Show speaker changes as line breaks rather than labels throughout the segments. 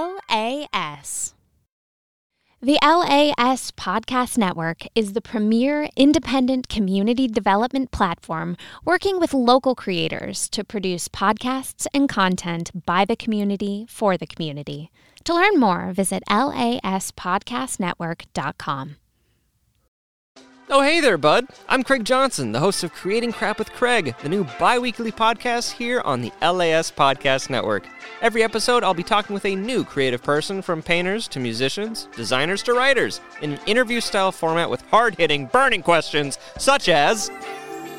LAS. The LAS Podcast Network is the premier independent community development platform working with local creators to produce podcasts and content by the community for the community. To learn more, visit laspodcastnetwork.com.
Oh, hey there, bud. I'm Craig Johnson, the host of Creating Crap with Craig, the new bi weekly podcast here on the LAS Podcast Network. Every episode, I'll be talking with a new creative person from painters to musicians, designers to writers, in an interview style format with hard hitting, burning questions such as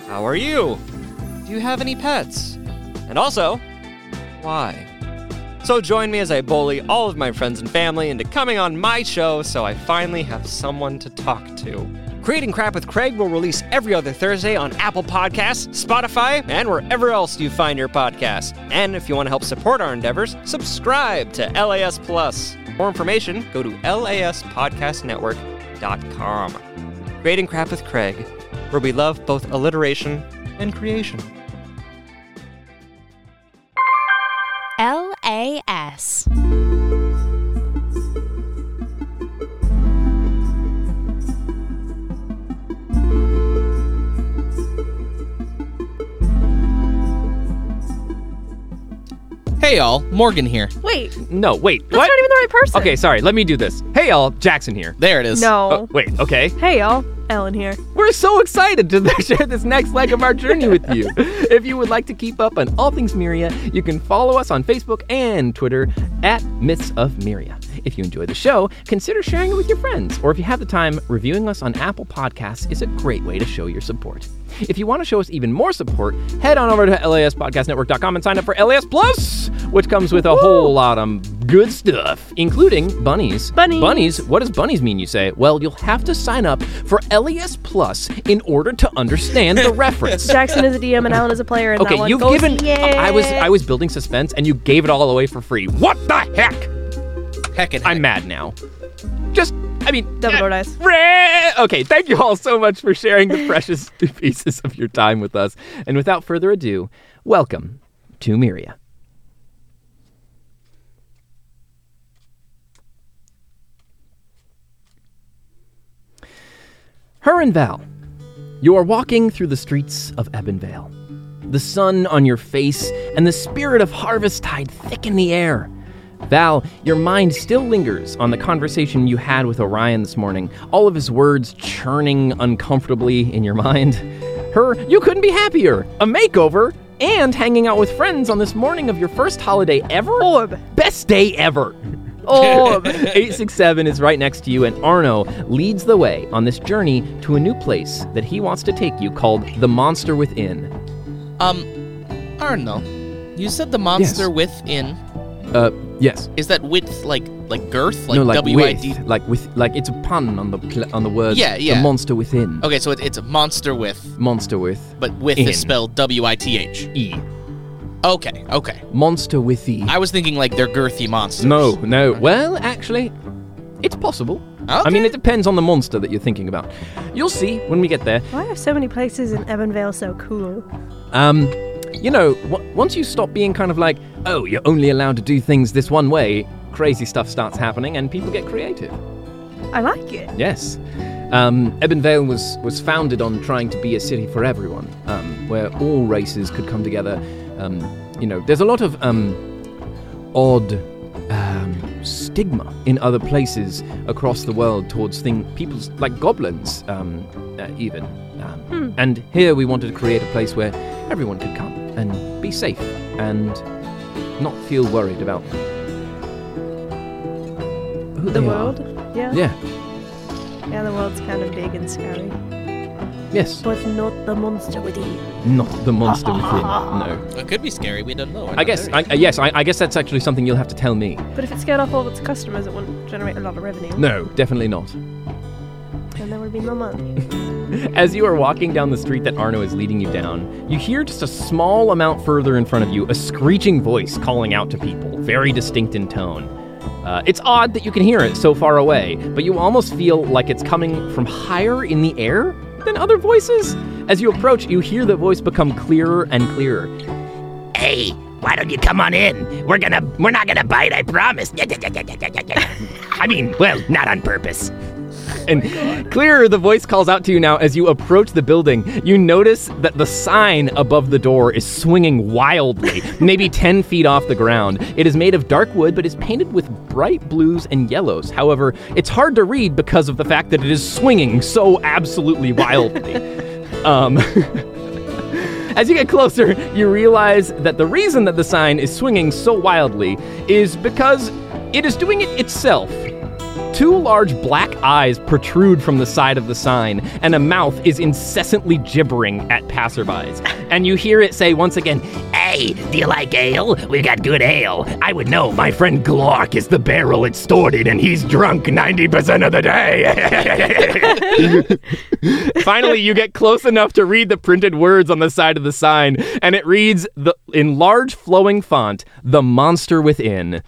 How are you? Do you have any pets? And also, why? So join me as I bully all of my friends and family into coming on my show so I finally have someone to talk to. Creating Crap with Craig will release every other Thursday on Apple Podcasts, Spotify, and wherever else you find your podcasts. And if you want to help support our endeavors, subscribe to LAS Plus. For more information, go to laspodcastnetwork.com. Creating Crap with Craig, where we love both alliteration and creation.
LAS.
Hey y'all, Morgan here.
Wait,
No, wait.
that's
what?
not even the right person.
Okay, sorry. Let me do this. Hey, y'all. Jackson here.
There it is.
No.
Oh, wait. Okay.
Hey, y'all. Ellen here.
We're so excited to share this next leg of our journey with you. if you would like to keep up on all things Miria, you can follow us on Facebook and Twitter at Myths of Miria. If you enjoy the show, consider sharing it with your friends, or if you have the time, reviewing us on Apple Podcasts is a great way to show your support. If you want to show us even more support, head on over to laspodcastnetwork.com and sign up for LAS Plus, which comes with a whole lot of good stuff, including bunnies.
Bunnies.
Bunnies. What does bunnies mean, you say? Well, you'll have to sign up for LAS Plus in order to understand the reference.
Jackson is a DM and Ellen is a player. And that
okay,
one.
you've
Go
given
see it.
I was I was building suspense and you gave it all away for free. What the heck?
Heck and heck.
I'm mad now. Just, I mean,
Double
eh,
door dice.
re- Okay, thank you all so much for sharing the precious pieces of your time with us. And without further ado, welcome to Miria. Her and Val, you are walking through the streets of Ebonvale the sun on your face, and the spirit of harvest tide thicken the air. Val, your mind still lingers on the conversation you had with Orion this morning, all of his words churning uncomfortably in your mind. Her, you couldn't be happier. A makeover and hanging out with friends on this morning of your first holiday ever?
Orb.
Best day ever.
Orb.
867 is right next to you, and Arno leads the way on this journey to a new place that he wants to take you called The Monster Within.
Um, Arno, you said the monster
Yes.
within
Uh, yes.
is that width like like girth like
no, like
W I
with,
D.
like with, like it's a pun on the pl- on the word.
Yeah, yeah.
The monster within.
Okay, so it, it's a monster with,
Monster with
but with
In.
is spelled W I T H.
e.
Okay, okay.
Monster with e.
I was thinking like they're girthy monsters.
no, no. Well, actually, it's possible. I mean,
Okay.
it depends on the monster that you're thinking about. You'll see when we get there.
Why are so many places in Evanvale so cool?
Um, you know, w- once you stop being kind of like, oh, you're only allowed to do things this one way, crazy stuff starts happening and people get creative.
I like it.
Yes. Um, Ebonvale was, was founded on trying to be a city for everyone, um, where all races could come together. Um, you know, there's a lot of um, odd um, stigma in other places across the world towards thing people's like goblins, um, uh, even. Um,
Hmm.
And here we wanted to create a place where everyone could come and be safe and not feel worried about who
The
they
world.
Are.
Yeah.
Yeah.
Yeah, the world's kind of big and scary.
Yes.
But not the monster with you.
Not the monster within. No.
It could be scary. We don't know. We're
I
not
guess.
there
I,
yet.
uh, yes. I, I guess that's actually something you'll have to tell me.
But if it scared off all its customers, it wouldn't generate a lot of revenue.
No, definitely not.
And there would be no money.
As you are walking down the street that Arno is leading you down, you hear just a small amount further in front of you a screeching voice calling out to people, very distinct in tone. Uh, it's odd that you can hear it so far away, but you almost feel like it's coming from higher in the air than other voices. As you approach, you hear the voice become clearer and clearer. Hey,
Why don't you come on in? We're gonna, we're not gonna bite. I promise. I mean, well, not on purpose.
And clearer, the voice calls out to you now as you approach the building. You notice that the sign above the door is swinging wildly, maybe 10 feet off the ground. It is made of dark wood, but is painted with bright blues and yellows. However, it's hard to read because of the fact that it is swinging so absolutely wildly. um. As you get closer, you realize that the reason that the sign is swinging so wildly is because it is doing it itself. Two large black eyes protrude from the side of the sign, and a mouth is incessantly gibbering at passerbys. And you hear it say once again,
Hey, do you like ale? We've got good ale. I would know. My friend Glork is the barrel it's stored in, and he's drunk 90% of the day.
Finally, you get close enough to read the printed words on the side of the sign, and it reads the, in large flowing font, The Monster Within.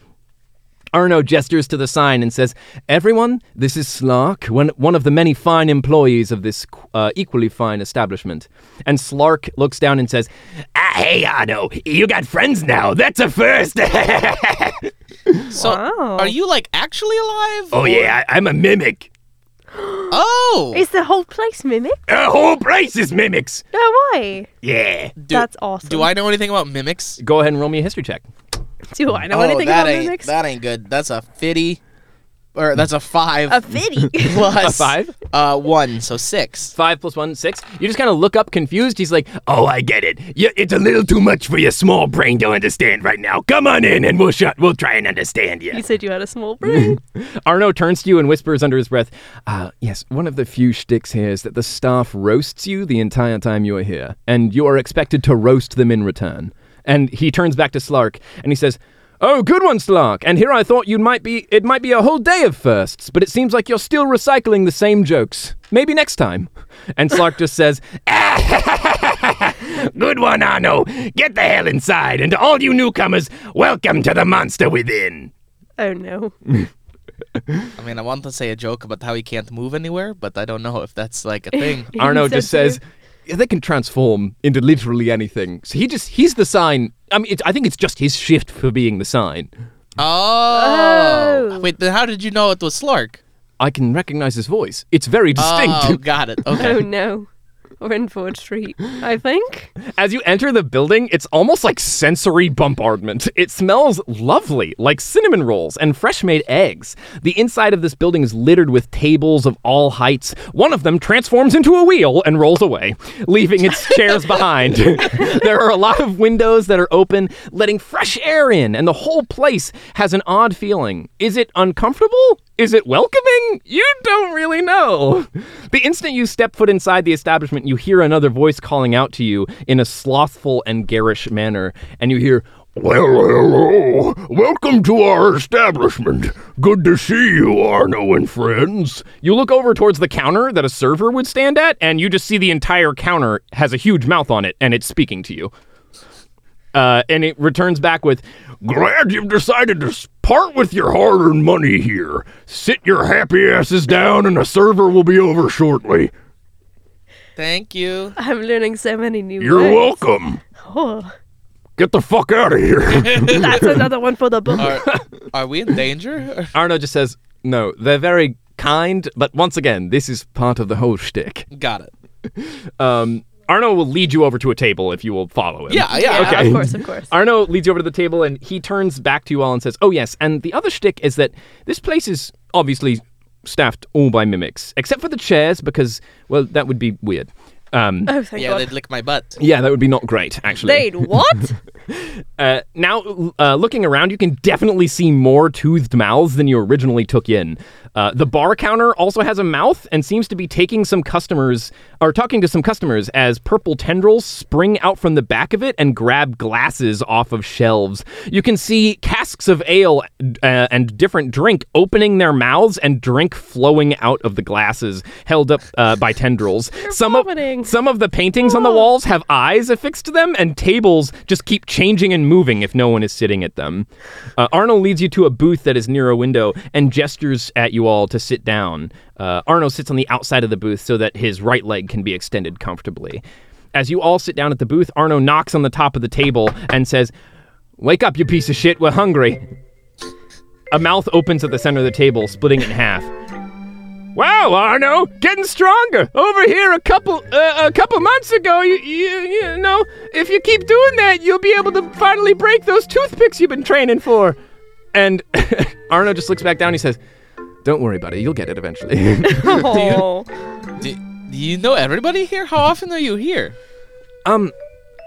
Arno gestures to the sign and says, Everyone, this is Slark, one, one of the many fine employees of this uh, equally fine establishment. And Slark looks down and says,
ah, hey, Otto, you got friends now. That's a first.
So,
Wow.
are you like actually alive?
oh,
or-
yeah, I- I'm a mimic.
Oh,
Is the whole place mimic?
"Uh,
The whole place is mimics.
No way.
Yeah.
do,
That's awesome.
Do I know anything about mimics?
Go ahead and roll me a history check.
Do I know
oh,
anything
that
about
ain't
mimics?
that ain't good. That's a fifty, or that's a five
A fitty.
plus
A five?
uh one, so six.
Five plus one, six. You just kind of look up confused. He's like,
Oh, I get it. You, it's a little too much for your small brain to understand right now. Come on in, and we'll shut. We'll try and understand
you
you.
said you had a small brain.
Arno turns to you and whispers under his breath, uh, Yes, one of the few shticks here is that the staff roasts you the entire time you are here, and you are expected to roast them in return. And he turns back to Slark and he says, Oh, good one, Slark. And here I thought you might be it might be a whole day of firsts, but it seems like you're still recycling the same jokes. Maybe next time. And Slark just says,
Good one, Arno. Get the hell inside, and to all you newcomers, welcome to the monster within.
oh no.
I mean, I want to say a joke about how he can't move anywhere, but I don't know if that's like a thing.
Arno
So
just says "Yeah, they can transform into literally anything. So he just he's the sign. I mean, it's, I think it's just his shift for being the sign.
oh.
Oh.
wait, then how did you know it was Slark?
I can recognize his voice. It's very distinct.
Oh, got it.
Oh
Okay.
no. We're in Ford Street, I think.
As you enter the building, it's almost like sensory bombardment. It smells lovely, like cinnamon rolls and fresh made eggs. The inside of this building is littered with tables of all heights. One of them transforms into a wheel and rolls away, leaving its chairs behind. there are a lot of windows that are open, letting fresh air in, and the whole place has an odd feeling. Is it uncomfortable? Is it welcoming? You don't really know. The instant you step foot inside the establishment, you hear another voice calling out to you in a slothful and garish manner, and you hear,
Well, hello. Welcome to our establishment. Good to see you, Arno and friends.
you look over towards the counter that a server would stand at, and you just see the entire counter has a huge mouth on it, and it's speaking to you. Uh, and it returns back with,
Glad you've decided to s- part with your hard earned money here. Sit your happy asses down, and the server will be over shortly.
Thank you.
I'm learning so many new
You're
words.
welcome.
Oh,
Get the fuck out of here.
that's another one for the book.
Are, are we in danger? Or-
Arno just says, No, they're very kind, but once again, this is part of the whole shtick.
Got it.
Um, Arno will lead you over to a table if you will follow him.
Yeah, yeah.
yeah,
okay.
of course, of course.
Arno leads you over to the table and he turns back to you all and says, Oh, yes. And the other shtick is that this place is obviously staffed all by mimics, except for the chairs because, well, that would be weird. Um,
oh, thank
Yeah,
God.
they'd lick my butt.
yeah, that would be not great, actually.
They'd what?
Uh, now, uh, looking around, you can definitely see more toothed mouths than you originally took in. Uh, the bar counter also has a mouth and seems to be taking some customers, or talking to some customers, as purple tendrils spring out from the back of it and grab glasses off of shelves. You can see casks of ale uh, and different drink opening their mouths and drink flowing out of the glasses held up uh, by tendrils. some
vomiting.
of some of the paintings on the walls have eyes affixed to them, and tables just keep changing and moving if no one is sitting at them. Uh, Arno leads you to a booth that is near a window and gestures at you all to sit down. Uh, Arno sits on the outside of the booth so that his right leg can be extended comfortably. As you all sit down at the booth, Arno knocks on the top of the table and says, Wake up, you piece of shit. We're hungry. A mouth opens at the center of the table, splitting it in half. Wow, Arno, getting stronger. Over here, a couple uh, a couple months ago, you, you you know, if you keep doing that, you'll be able to finally break those toothpicks you've been training for. And Arno just looks back down. He says, "Don't worry, buddy. You'll get it eventually."
Oh.
Do, do you know everybody here? How often are you here?
Um,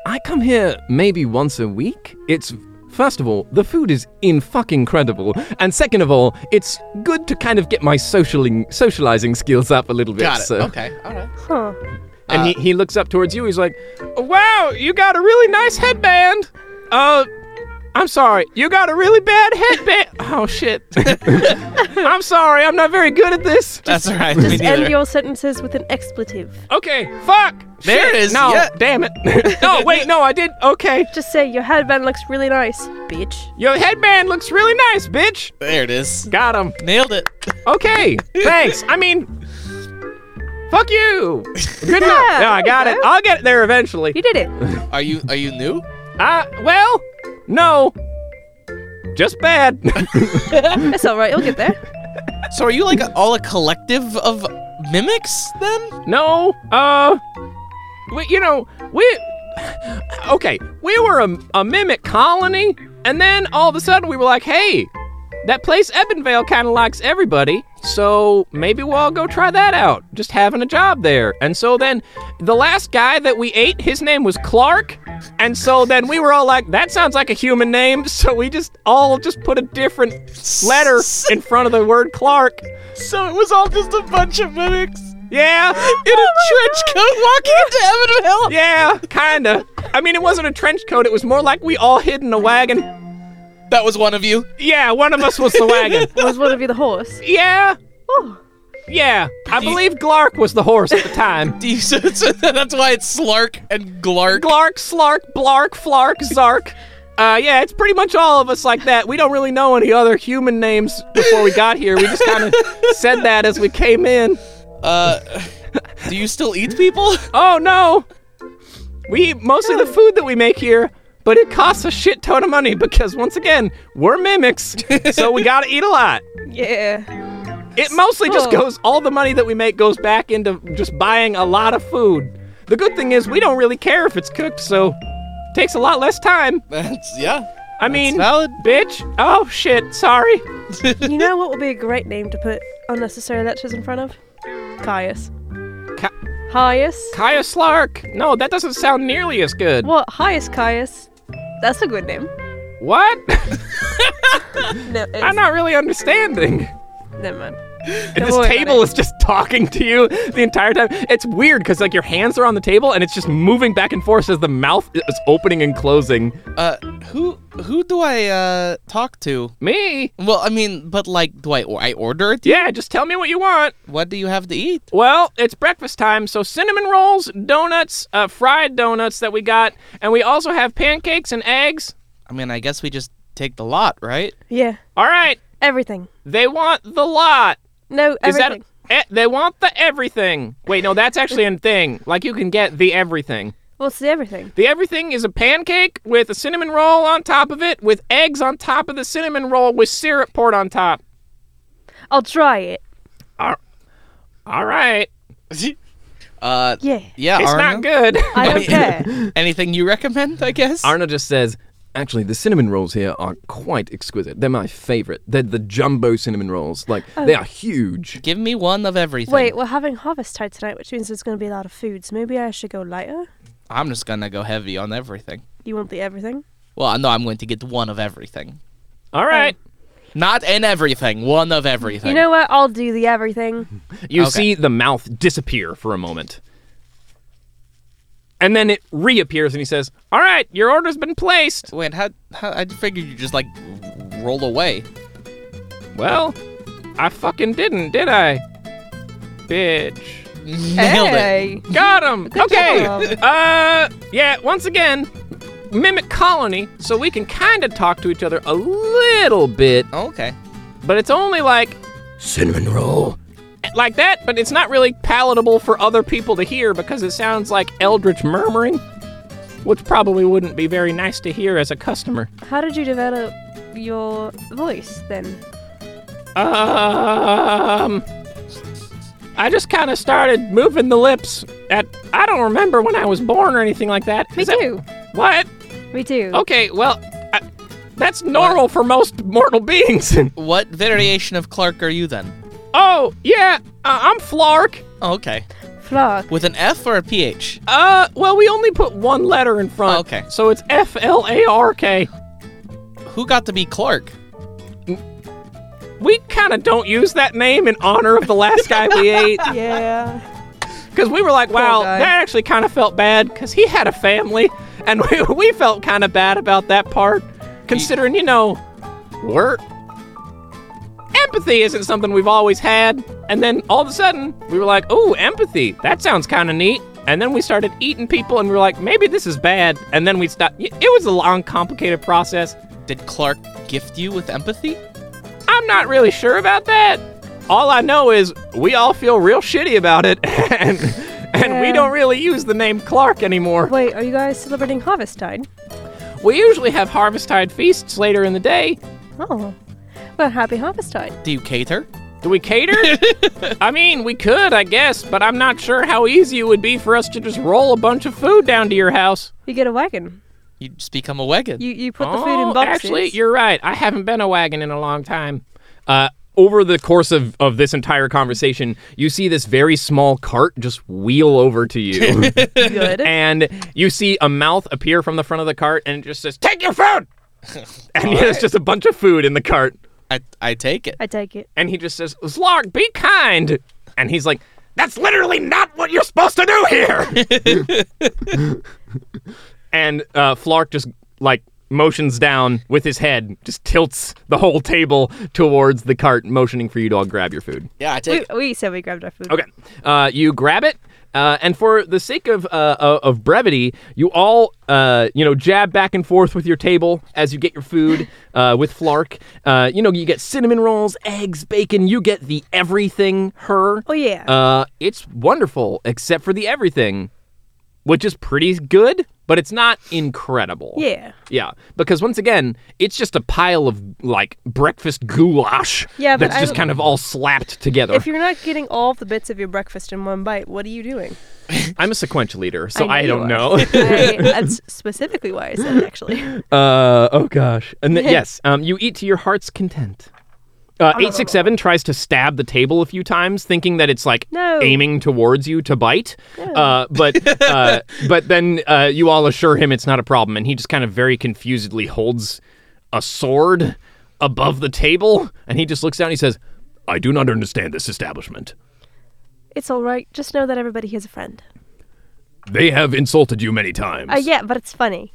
I come here maybe once a week. It's first of all, the food is in fucking credible, and second of all, it's good to kind of get my socialing socializing skills up a little bit.
Got it.
So.
Okay. All right.
Huh.
And
Uh,
he, he looks up towards you. He's like, "Wow, you got a really nice headband." Uh, I'm sorry, you got a really bad headband. oh shit. I'm sorry, I'm not very good at this.
That's all right. Me
Just
neither.
end your sentences with an expletive.
Okay, fuck.
There
shit,
it is,
No,
yeah.
damn it. no, wait, no, I did. Okay.
Just say your headband looks really nice, bitch.
Your headband looks really nice, bitch.
There it is.
Got him.
Nailed it.
Okay. Thanks. I mean, fuck you. Good luck.
Yeah,
no, I got it. I'll get there eventually.
You did it.
Are you are you new?
Uh, well, no. Just bad.
That's all right. You'll get there.
So are you like a, all a collective of mimics then?
no. Uh, we, you know, we. Okay, we were a, a mimic colony, and then all of a sudden we were like, hey, that place Ebbenvale kind of likes everybody, so maybe we'll all go try that out. Just having a job there. And so then the last guy that we ate, his name was Clark. And so then we were all like, that sounds like a human name. So we just all just put a different letter in front of the word Clark.
So it was all just a bunch of mimics
Yeah.
in a trench coat walking into Evanville.
Yeah, kinda. I mean, it wasn't a trench coat, it was more like we all hid in a wagon.
That was one of you.
Yeah, one of us was the wagon.
Was one of you the horse?
Yeah.
Oh.
Yeah, I believe Glark was the horse at the time.
Do you- so- so that's why it's Slark and Glark.
Glark, Slark, Blark, Flark, Zark. Uh, yeah, it's pretty much all of us like that. We don't really know any other human names before we got here. We just kind of said that as we came in.
Uh, do you still eat people?
Oh no! We eat mostly the food that we make here, but it costs a shit ton of money because once again, we're mimics, so we gotta eat a lot.
Yeah.
It mostly just
Oh.
goes, all the money that we make goes back into just buying a lot of food. The good thing is, we don't really care if it's cooked, so takes a lot less time.
That's yeah.
I mean,
valid.
bitch. Oh shit, sorry.
You know what would be a great name to put unnecessary letters in front of? Caius.
Ca-
Caius.
Kaya Slark. No, that doesn't sound nearly as good.
What? Highest Caius. That's a good name.
What?
No, it's,
I'm not really understanding.
Never mind.
And
Don't
this
worry about
table
it.
is just talking to you the entire time. It's weird because like your hands are on the table and it's just moving back and forth as the mouth is opening and closing.
Uh, who who do I uh talk to?
Me?
Well, I mean, but like, do I I order it?
Yeah, just tell me what you want.
What do you have to eat?
Well, it's breakfast time, so cinnamon rolls, donuts, uh, fried donuts that we got, and we also have pancakes and eggs.
I mean, I guess we just take the lot, right?
Yeah.
All right,
Everything.
they want the lot.
No,
Is
everything.
that? Eh, they want the everything. Wait, no, that's actually a thing. Like you can get the everything.
What's the everything?
The everything is a pancake with a cinnamon roll on top of it, with eggs on top of the cinnamon roll, with syrup poured on top.
I'll try it.
All right,
Uh,
Yeah.
yeah.
it's
Arno?
not good.
I don't care.
Anything you recommend? I guess.
Arno just says, actually, the cinnamon rolls here are quite exquisite. They're my favorite. They're the jumbo cinnamon rolls. Like, they are huge.
Give me one of everything.
Wait, we're having harvest tide tonight, which means there's going to be a lot of food. So maybe I should go lighter.
I'm just gonna go heavy on everything.
You want the everything?
Well, I know I'm going to get one of everything.
All right.
Not in everything. One of everything.
You know what? I'll do the everything.
You
Okay.
see the mouth disappear for a moment. And then it reappears and he says, All right, your order's been placed.
Wait, how, how? I figured you just like roll away.
Well, I fucking didn't, did I? Bitch.
Nailed it.
Got him. okay.
job.
Uh, yeah. Once again, mimic colony, so we can kind of talk to each other a little bit,
Oh, Okay.
but it's only like
Cinnamon roll.
like that. But it's not really palatable for other people to hear because it sounds like eldritch murmuring. which probably wouldn't be very nice to hear as a customer.
How did you develop your voice then?
Um, I just kind of started moving the lips. At I don't remember when I was born or anything like that.
Me
Is that-
too.
What?
Me too.
Okay, well, I, that's normal for most mortal beings.
What variation of Clark are you then?
oh yeah, uh, I'm Flark.
Oh, okay.
Flock.
With an F or a PH?
Uh, well, we only put one letter in front.
Oh, okay.
So it's F L A R K.
Who got to be Clark?
We kind of don't use that name in honor of the last guy we ate
Yeah.
because we were like, wow,
guy.
that actually kind of felt bad because he had a family, and we, we felt kind of bad about that part, considering you know, we're empathy isn't something we've always had, and then all of a sudden we were like, oh, empathy, that sounds kind of neat. And then we started eating people, and we were like, maybe this is bad. And then we stopped. It was a long, complicated process.
Did Clark gift you with empathy?
I'm not really sure about that. All I know is we all feel real shitty about it, and and we
Yeah.
don't really use the name Clark anymore.
Wait, are you guys celebrating Harvest Tide?
We usually have Harvest Tide feasts later in the day.
Oh. Well, happy Harvest Tide.
Do you cater?
Do we cater? I mean, we could, I guess, but I'm not sure how easy it would be for us to just roll a bunch of food down to your house.
You get a wagon.
You just become a wagon.
You you put the food
Oh,
in boxes.
Actually, you're right. I haven't been a wagon in a long time. Uh, over the course of, of this entire conversation, you see this very small cart just wheel over to you.
good.
and you see a mouth appear from the front of the cart and it just says, Take your food! and there's just a bunch of food in the cart.
I, I take it.
I take it.
And he just says, Zlarg, be kind! And he's like, That's literally not what you're supposed to do here! and uh, Flark just, like, motions down with his head, just tilts the whole table towards the cart, motioning for you to all grab your food.
Yeah, I
We,
take
we said we grabbed our food.
Okay. Uh, you grab it. Uh, and for the sake of uh, of- of brevity, you all uh, you know jab back and forth with your table as you get your food uh, with Flark. Uh, you know you get cinnamon rolls, eggs, bacon. You get the everything. Her.
Oh yeah.
Uh, it's wonderful, except for the everything, which is pretty good, but it's not incredible.
yeah.
Yeah, because once again, it's just a pile of like breakfast goulash.
Yeah, but
that's
I
just
don't-
kind of all slapped together.
If you're not getting all of the bits of your breakfast in one bite, what are you doing?
I'm a sequential eater, so I,
I know you
don't know.
I, that's specifically why I said it, actually.
uh, oh gosh. And then, yes, um, you eat to your heart's content. Uh,
Oh.
eight six seven tries to stab the table a few times, thinking that it's like
No.
aiming towards you to bite. Uh, but uh, but then uh, you all assure him it's not a problem, and he just kind of very confusedly holds a sword above the table, and he just looks down. and He says, "I do not understand this establishment.
It's all right. Just know that everybody here's a friend.
They have insulted you many times.
Uh, yeah, but it's funny.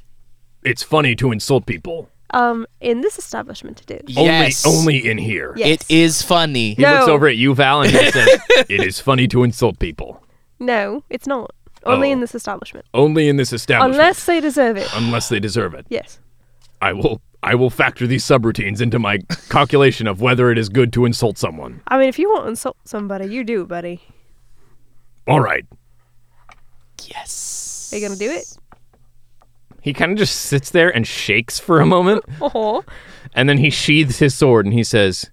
It's funny to insult people.
Um, in this establishment, it is.
Yes.
Only, only in here.
Yes.
It is funny.
He looks
No.
over at you, Val, and he says."
It is funny to insult people.
No, it's not. Only
Oh.
in this establishment.
Only in this establishment.
Unless they deserve it.
Unless they deserve it.
Yes.
I will. I will factor these subroutines into my calculation of whether it is good to insult someone.
I mean, if you want to insult somebody, you do, buddy.
All right.
Yes.
Are you going to do it?
He kind of just sits there and shakes for a moment,
Oh,
and then he sheathes his sword and he says,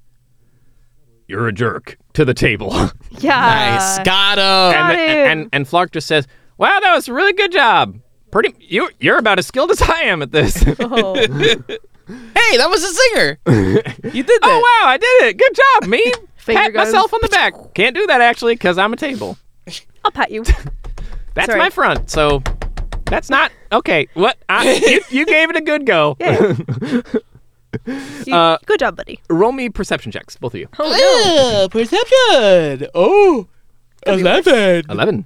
You're a jerk to the table.
yeah.
Nice. Got him.
and, and, and, Flark just says, "Wow, that was a really good job. Pretty, you you're about as skilled as I am at this. oh
Oh.
Hey, that was a singer. you did that.
Oh, wow, I did it. Good job, me.
Finger
Pat
goes.
myself on the back. Can't do that actually because I'm a table.
I'll pat you.
That's
Sorry.
my front. So." That's not okay. What I, you, you gave it a good go.
Yeah. You-
Uh,
good job, buddy.
Roll me perception checks, both of you.
Ah, perception. Oh, 11.
Eleven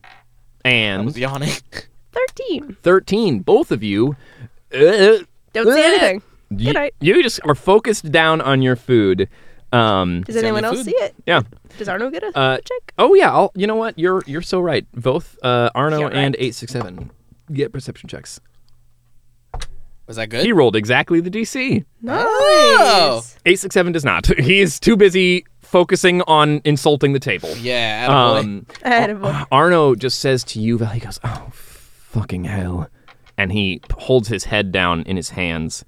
and
Yawning.
13.
thirteen. Both of you. Uh,
Don't say anything.
You,
Good night.
you just are focused down on your food. Um,
Does anyone else
food.
see it?
yeah.
Does Arno get a
Uh,
check?
Oh yeah. I'll, you know what? You're you're so right. Both uh, Arno
You're
and eight six seven get perception checks.
Was that
He
good?
rolled exactly the DC.
Nice.
Oh.
Eight six seven does not. He is too busy focusing on insulting the table.
Yeah. attaboy.
Um,
Attaboy.
Arno just says to you, Val, he goes, "Oh, fucking hell! and he p- holds his head down in his hands,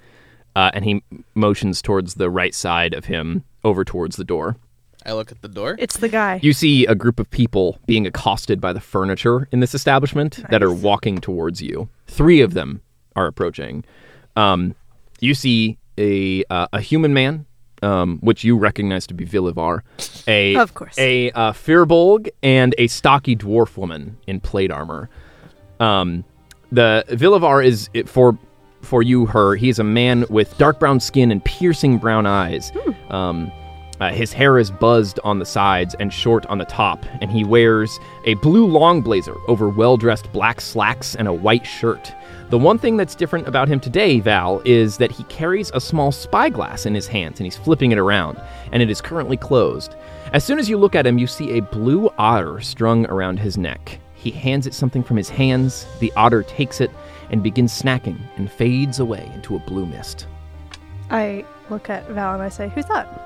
uh, and he motions towards the right side of him, over towards the door.
I look at the door.
It's the guy.
You see a group of people being accosted by the furniture in this establishment that are walking towards you. Three of them are approaching. Um, you see a uh, a human man, um, which you recognize to be Villivar, a
Of course.
a uh, Firbolg, and a stocky dwarf woman in plate armor. Um, the Villivar is it, for for you, her. He's a man with dark brown skin and piercing brown eyes.
Hmm.
Um, uh, his hair is buzzed on the sides and short on the top, and he wears a blue long blazer over well dressed black slacks and a white shirt. The one thing that's different about him today, Val, is that he carries a small spyglass in his hands and he's flipping it around, and it is currently closed. As soon as you look at him, you see a blue otter strung around his neck. He hands it something from his hands, the otter takes it and begins snacking and fades away into a blue mist.
I look at Val and I say, "Who's that?"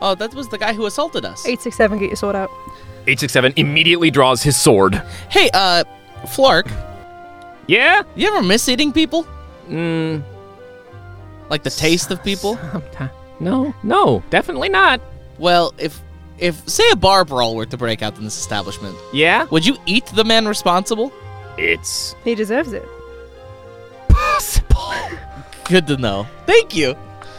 Oh, that was the guy who assaulted us.
Eight six seven. Get your sword out.
867 immediately draws his sword.
Hey, uh, Flark,
Yeah?
you ever miss eating people?
Mm,
Like the taste of people?
Someti- No, no, definitely not.
Well, if if say a bar brawl were to break out in this establishment,
Yeah?
would you eat the man responsible?
It's
He deserves it.
possible.
Good to know. Thank you.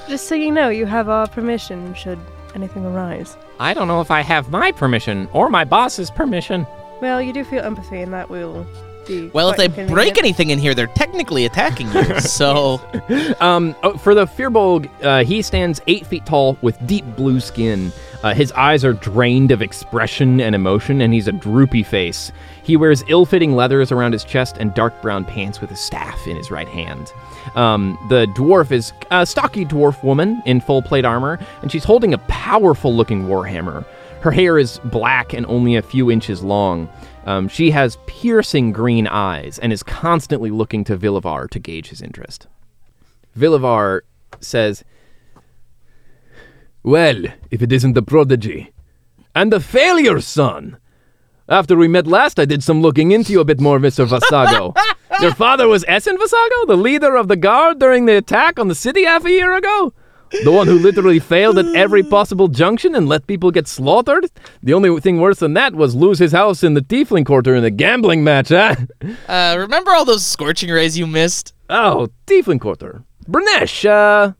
Just so you know, you have our permission should anything arise.
I don't know if I have my permission or my boss's permission.
Well, you do feel empathy, and that will be.
Well,
quite
if they break
convenient.
anything in here, they're technically attacking you. so
Um, oh, for the Firbolg, uh, he stands eight feet tall with deep blue skin. Uh, his eyes are drained of expression and emotion, and he's a droopy face. He wears ill fitting leathers around his chest and dark brown pants with a staff in his right hand. Um, the dwarf is a stocky dwarf woman in full plate armor, and she's holding a powerful looking warhammer. Her hair is black and only a few inches long. Um, she has piercing green eyes and is constantly looking to Villivar to gauge his interest. Villivar says,
Well, if it isn't the prodigy. And the failure, son! After we met last, I did some looking into you a bit more, Mr. Vasago.
Your father was Essen Vasago, the leader of the guard during the attack on the city half a year ago?
the one who literally failed at every possible junction and let people get slaughtered? The only thing worse than that was lose his house in the Tiefling Quarter in a gambling match, eh?
uh, remember all those scorching rays you missed?
Oh, Tiefling Quarter. Bernesh, uh,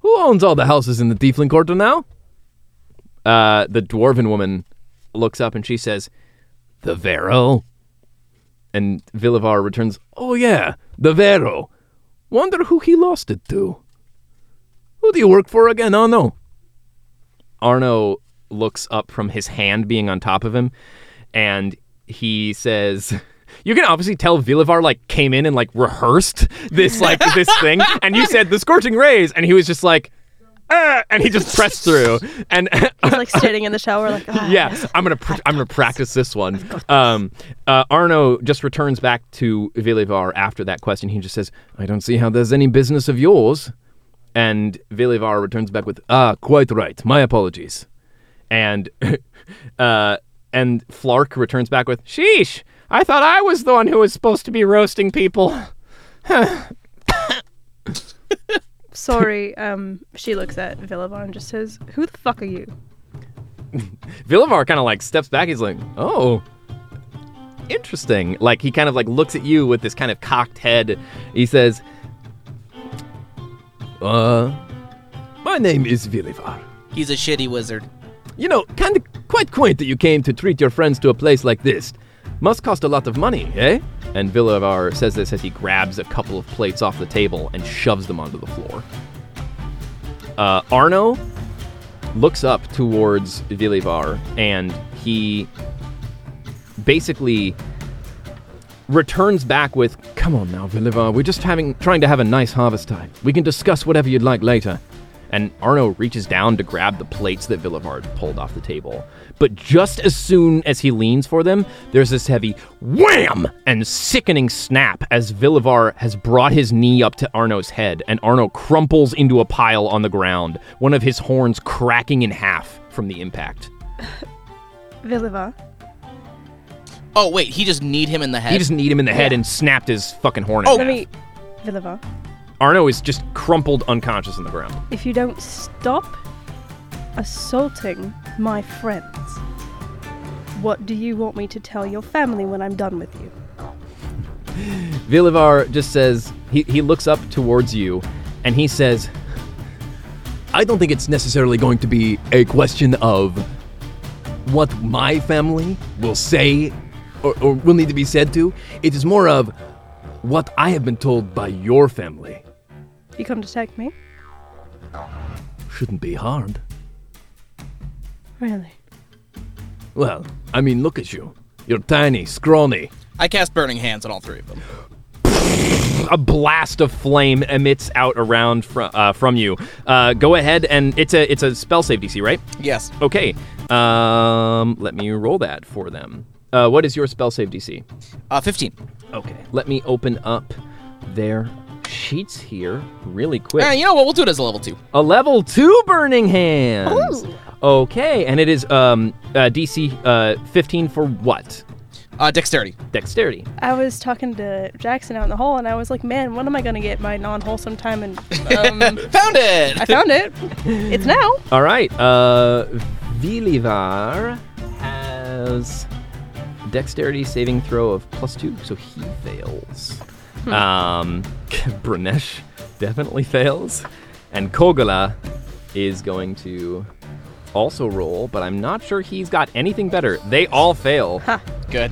who owns all the houses in the Tiefling Quarter now?
Uh, the dwarven woman looks up and she says, The Vero? And Villivar returns,
Oh, yeah, the Vero. Wonder who he lost it to. Who do you work for again? Oh, no.
Arno looks up from his hand being on top of him, and he says, "You can obviously tell Villivar like came in and like rehearsed this like this thing." And you said the scorching rays, and he was just like, "Uh," and he just pressed through. And
He's like standing in the shower, like "Ah,
yeah, I'm gonna pr- I'm gonna practice this one. Um, uh, Arno just returns back to Villivar after that question. He just says,
I don't see how there's any business of yours.
and Villivar returns back with,
Ah, quite right. My apologies.
and uh, and Flark returns back with, "Sheesh! I thought I was the one who was supposed to be roasting people."
Sorry. Um, she looks at Villivar and just says, "Who the fuck are you?"
Villivar kind of like steps back. He's like, "Oh, interesting." Like he kind of like looks at you with this kind of cocked head. He says,
Uh, my name is Vilivar.
He's a shitty wizard.
You know, kind of quite quaint that you came to treat your friends to a place like this. Must cost a lot of money, eh?
and Villivar says this as he grabs a couple of plates off the table and shoves them onto the floor. Uh, Arno looks up towards Villivar and he basically returns back with
Come on now, Vilivar. We're just having trying to have a nice harvest time. We can discuss whatever you'd like later.
and Arno reaches down to grab the plates that Villivar pulled off the table. But just as soon as he leans for them, there's this heavy wham and sickening snap as Villivar has brought his knee up to Arno's head, and Arno crumples into a pile on the ground, one of his horns cracking in half from the impact.
Villivar.
Oh wait, he just need him in the head.
You just need him in the head and snapped his fucking horn. in
Oh.
Let
half.
me, Villava,
Arno is just crumpled unconscious on the ground.
if you don't stop assaulting my friends, what do you want me to tell your family when I'm done with you?
Villivar just says he, he looks up towards you and he says I don't think it's necessarily going to be a question of what my family will say or, or will need to be said to. It is more of what I have been told by your family.
You come to take me?
Shouldn't be hard.
Really?
Well, I mean, look at you. You're tiny, scrawny.
I cast burning hands on all three of them.
a blast of flame emits out around fr- uh, from you. Uh, go ahead and it's a it's a spell save DC, right?
Yes.
Okay. Um, let me roll that for them. Uh, what is your spell save DC?
Uh, fifteen.
Okay. Let me open up their sheets here really quick.
Eh, you know what? We'll do it as a level two.
A level two burning hands. Okay, and it is um, uh, DC uh, 15 for what?
Uh, dexterity.
Dexterity.
I was talking to Jackson out in the hall, and I was like, "Man, when am I gonna get my non-wholesome time?" And um,
Mm.
Found it.
I found it. It's now.
All right. Uh, Vilivar has dexterity saving throw of plus two, so he fails. Um, Brunesh definitely fails, and Kogala is going to also roll, but I'm not sure he's got anything better. They all fail.
Good.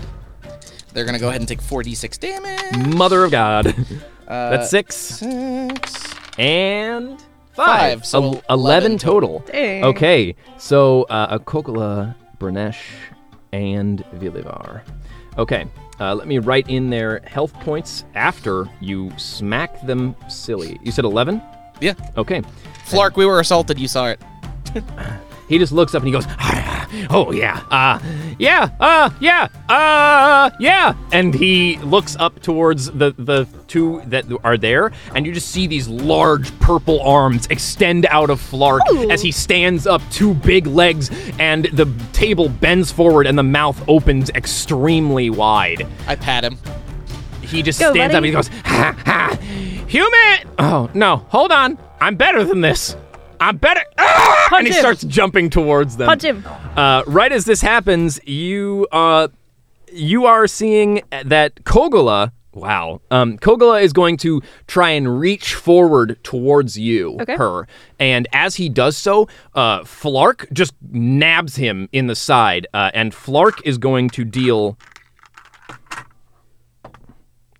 They're gonna go ahead and take four d6 damage.
Mother of God. That's six
Six.
and five.
Five, so
El-
11
11 total.
Dang.
Okay, so uh, Akokola, Bernesh, and Vilivar. Okay, uh, let me write in their health points after you smack them silly. You said 11?
Yeah.
Okay.
Flark, we were assaulted. You saw it.
He just looks up and he goes, Oh, yeah, uh, yeah, uh, yeah, uh, yeah. And he looks up towards the, the two that are there, and you just see these large purple arms extend out of Flark as he stands up, two big legs, and the table bends forward and the mouth opens extremely wide.
I pat him.
He just
Go,
stands up and
buddy.
he goes, ha, ha, human! Oh, no, hold on. I'm better than this. I'm better. Ah! And he
him.
starts jumping towards them.
Punch him.
Uh, right as this happens, you uh, you are seeing that Kogola. Wow, um, Kogola is going to try and reach forward towards you,
Okay.
her, and as he does so, uh, Flark just nabs him in the side, uh, and Flark is going to deal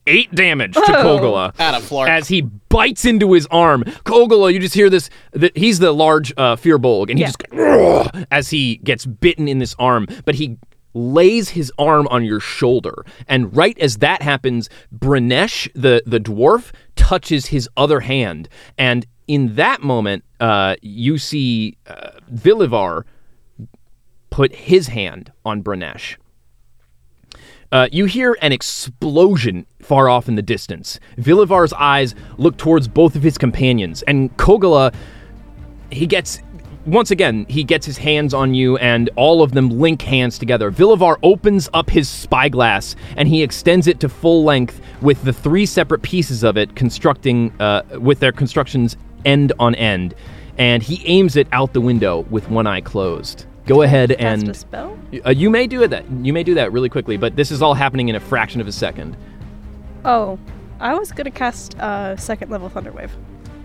eight damage to Kogola
Out of Flark.
as he bites into his arm. Kogola, you just hear this. The, he's the large uh, Fearbolg, and he just "Ugh," as he gets bitten in this arm, but he lays his arm on your shoulder. And right as that happens, Brinesh, the the dwarf, touches his other hand, and in that moment, uh, you see uh, Vilivar put his hand on Brinesh. Uh, you hear an explosion far off in the distance. Vilivar's eyes look towards both of his companions, and Kogala, he gets. Once again, he gets his hands on you, and all of them link hands together. Vilivar opens up his spyglass, and he extends it to full length with the three separate pieces of it constructing, uh, with their constructions end on end. And he aims it out the window with one eye closed. Go ahead
Cast
and
a spell.
uh, you may do it that you may do that really quickly, but this is all happening in a fraction of a second.
Oh, I was gonna cast uh, second level thunderwave.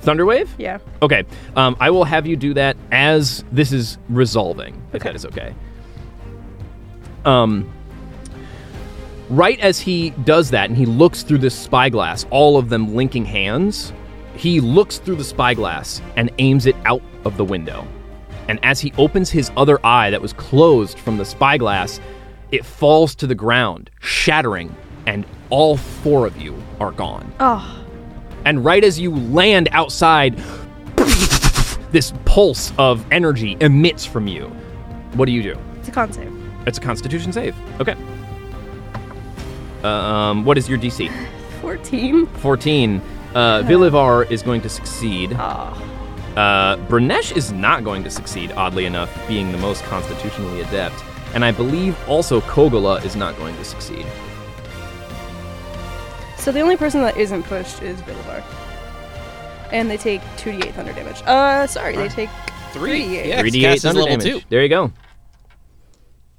Thunderwave.
Yeah.
Okay, um, I will have you do that as this is resolving, if that is okay. Um, right as he does that, and he looks through this spyglass, all of them linking hands. He looks through the spyglass and aims it out of the window. And as he opens his other eye that was closed from the spyglass, it falls to the ground, shattering, and all four of you are gone.
Oh,
And right as you land outside, this pulse of energy emits from you. What do you do?
it's a con save.
It's a Constitution save. Okay. Um, what is your DC?
Fourteen.
14. Uh, Vilivar is going to succeed.
Ah.
Uh, Brinesh is not going to succeed, oddly enough, being the most constitutionally adept. and I believe also Kogola is not going to succeed.
So the only person that isn't pushed is Bilbar. And they take 2d8 thunder damage. Uh, sorry, they take 3 d
Yeah,
3d8
cast is
thunder
level
damage.
two.
There you go.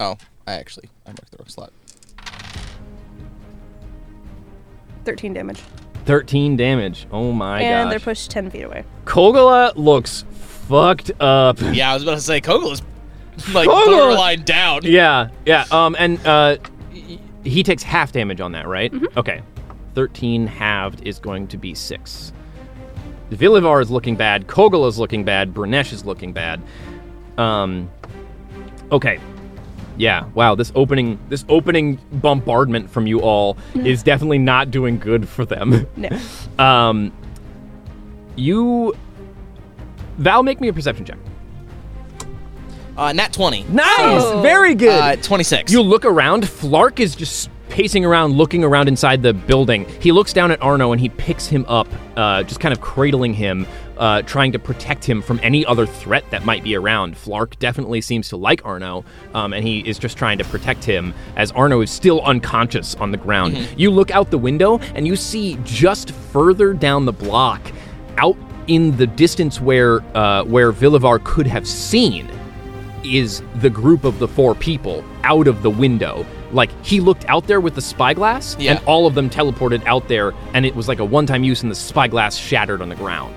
Oh, I actually I marked the wrong slot.
13 damage.
13 damage. Oh my
and they're
gosh.
pushed 10 feet away.
Kogola looks fucked up.
Yeah, I was about to say Kogel is like
Kogel!
borderline down.
Yeah, yeah. Um, and uh, y- he takes half damage on that, right? Okay. 13 halved is going to be 6. Villivar is looking bad. Kogol is looking bad. Brunesh is looking bad. Um, okay. Yeah, wow, this opening this opening bombardment from you all is definitely not doing good for them.
No.
Um, you Val make me a perception check.
Uh, nat twenty.
Nice.
Oh.
Very good.
Uh, twenty six.
You look around. Flark is just pacing around, looking around inside the building. He looks down at Arno and he picks him up, uh, just kind of cradling him, uh, trying to protect him from any other threat that might be around. Flark definitely seems to like Arno, um, and he is just trying to protect him as Arno is still unconscious on the ground. You look out the window and you see just further down the block, out in the distance where uh, where Villivar could have seen is the group of the four people out of the window. Like he looked out there with the spyglass,
Yeah.
and all of them teleported out there, and it was like a one-time use, and the spyglass shattered on the ground.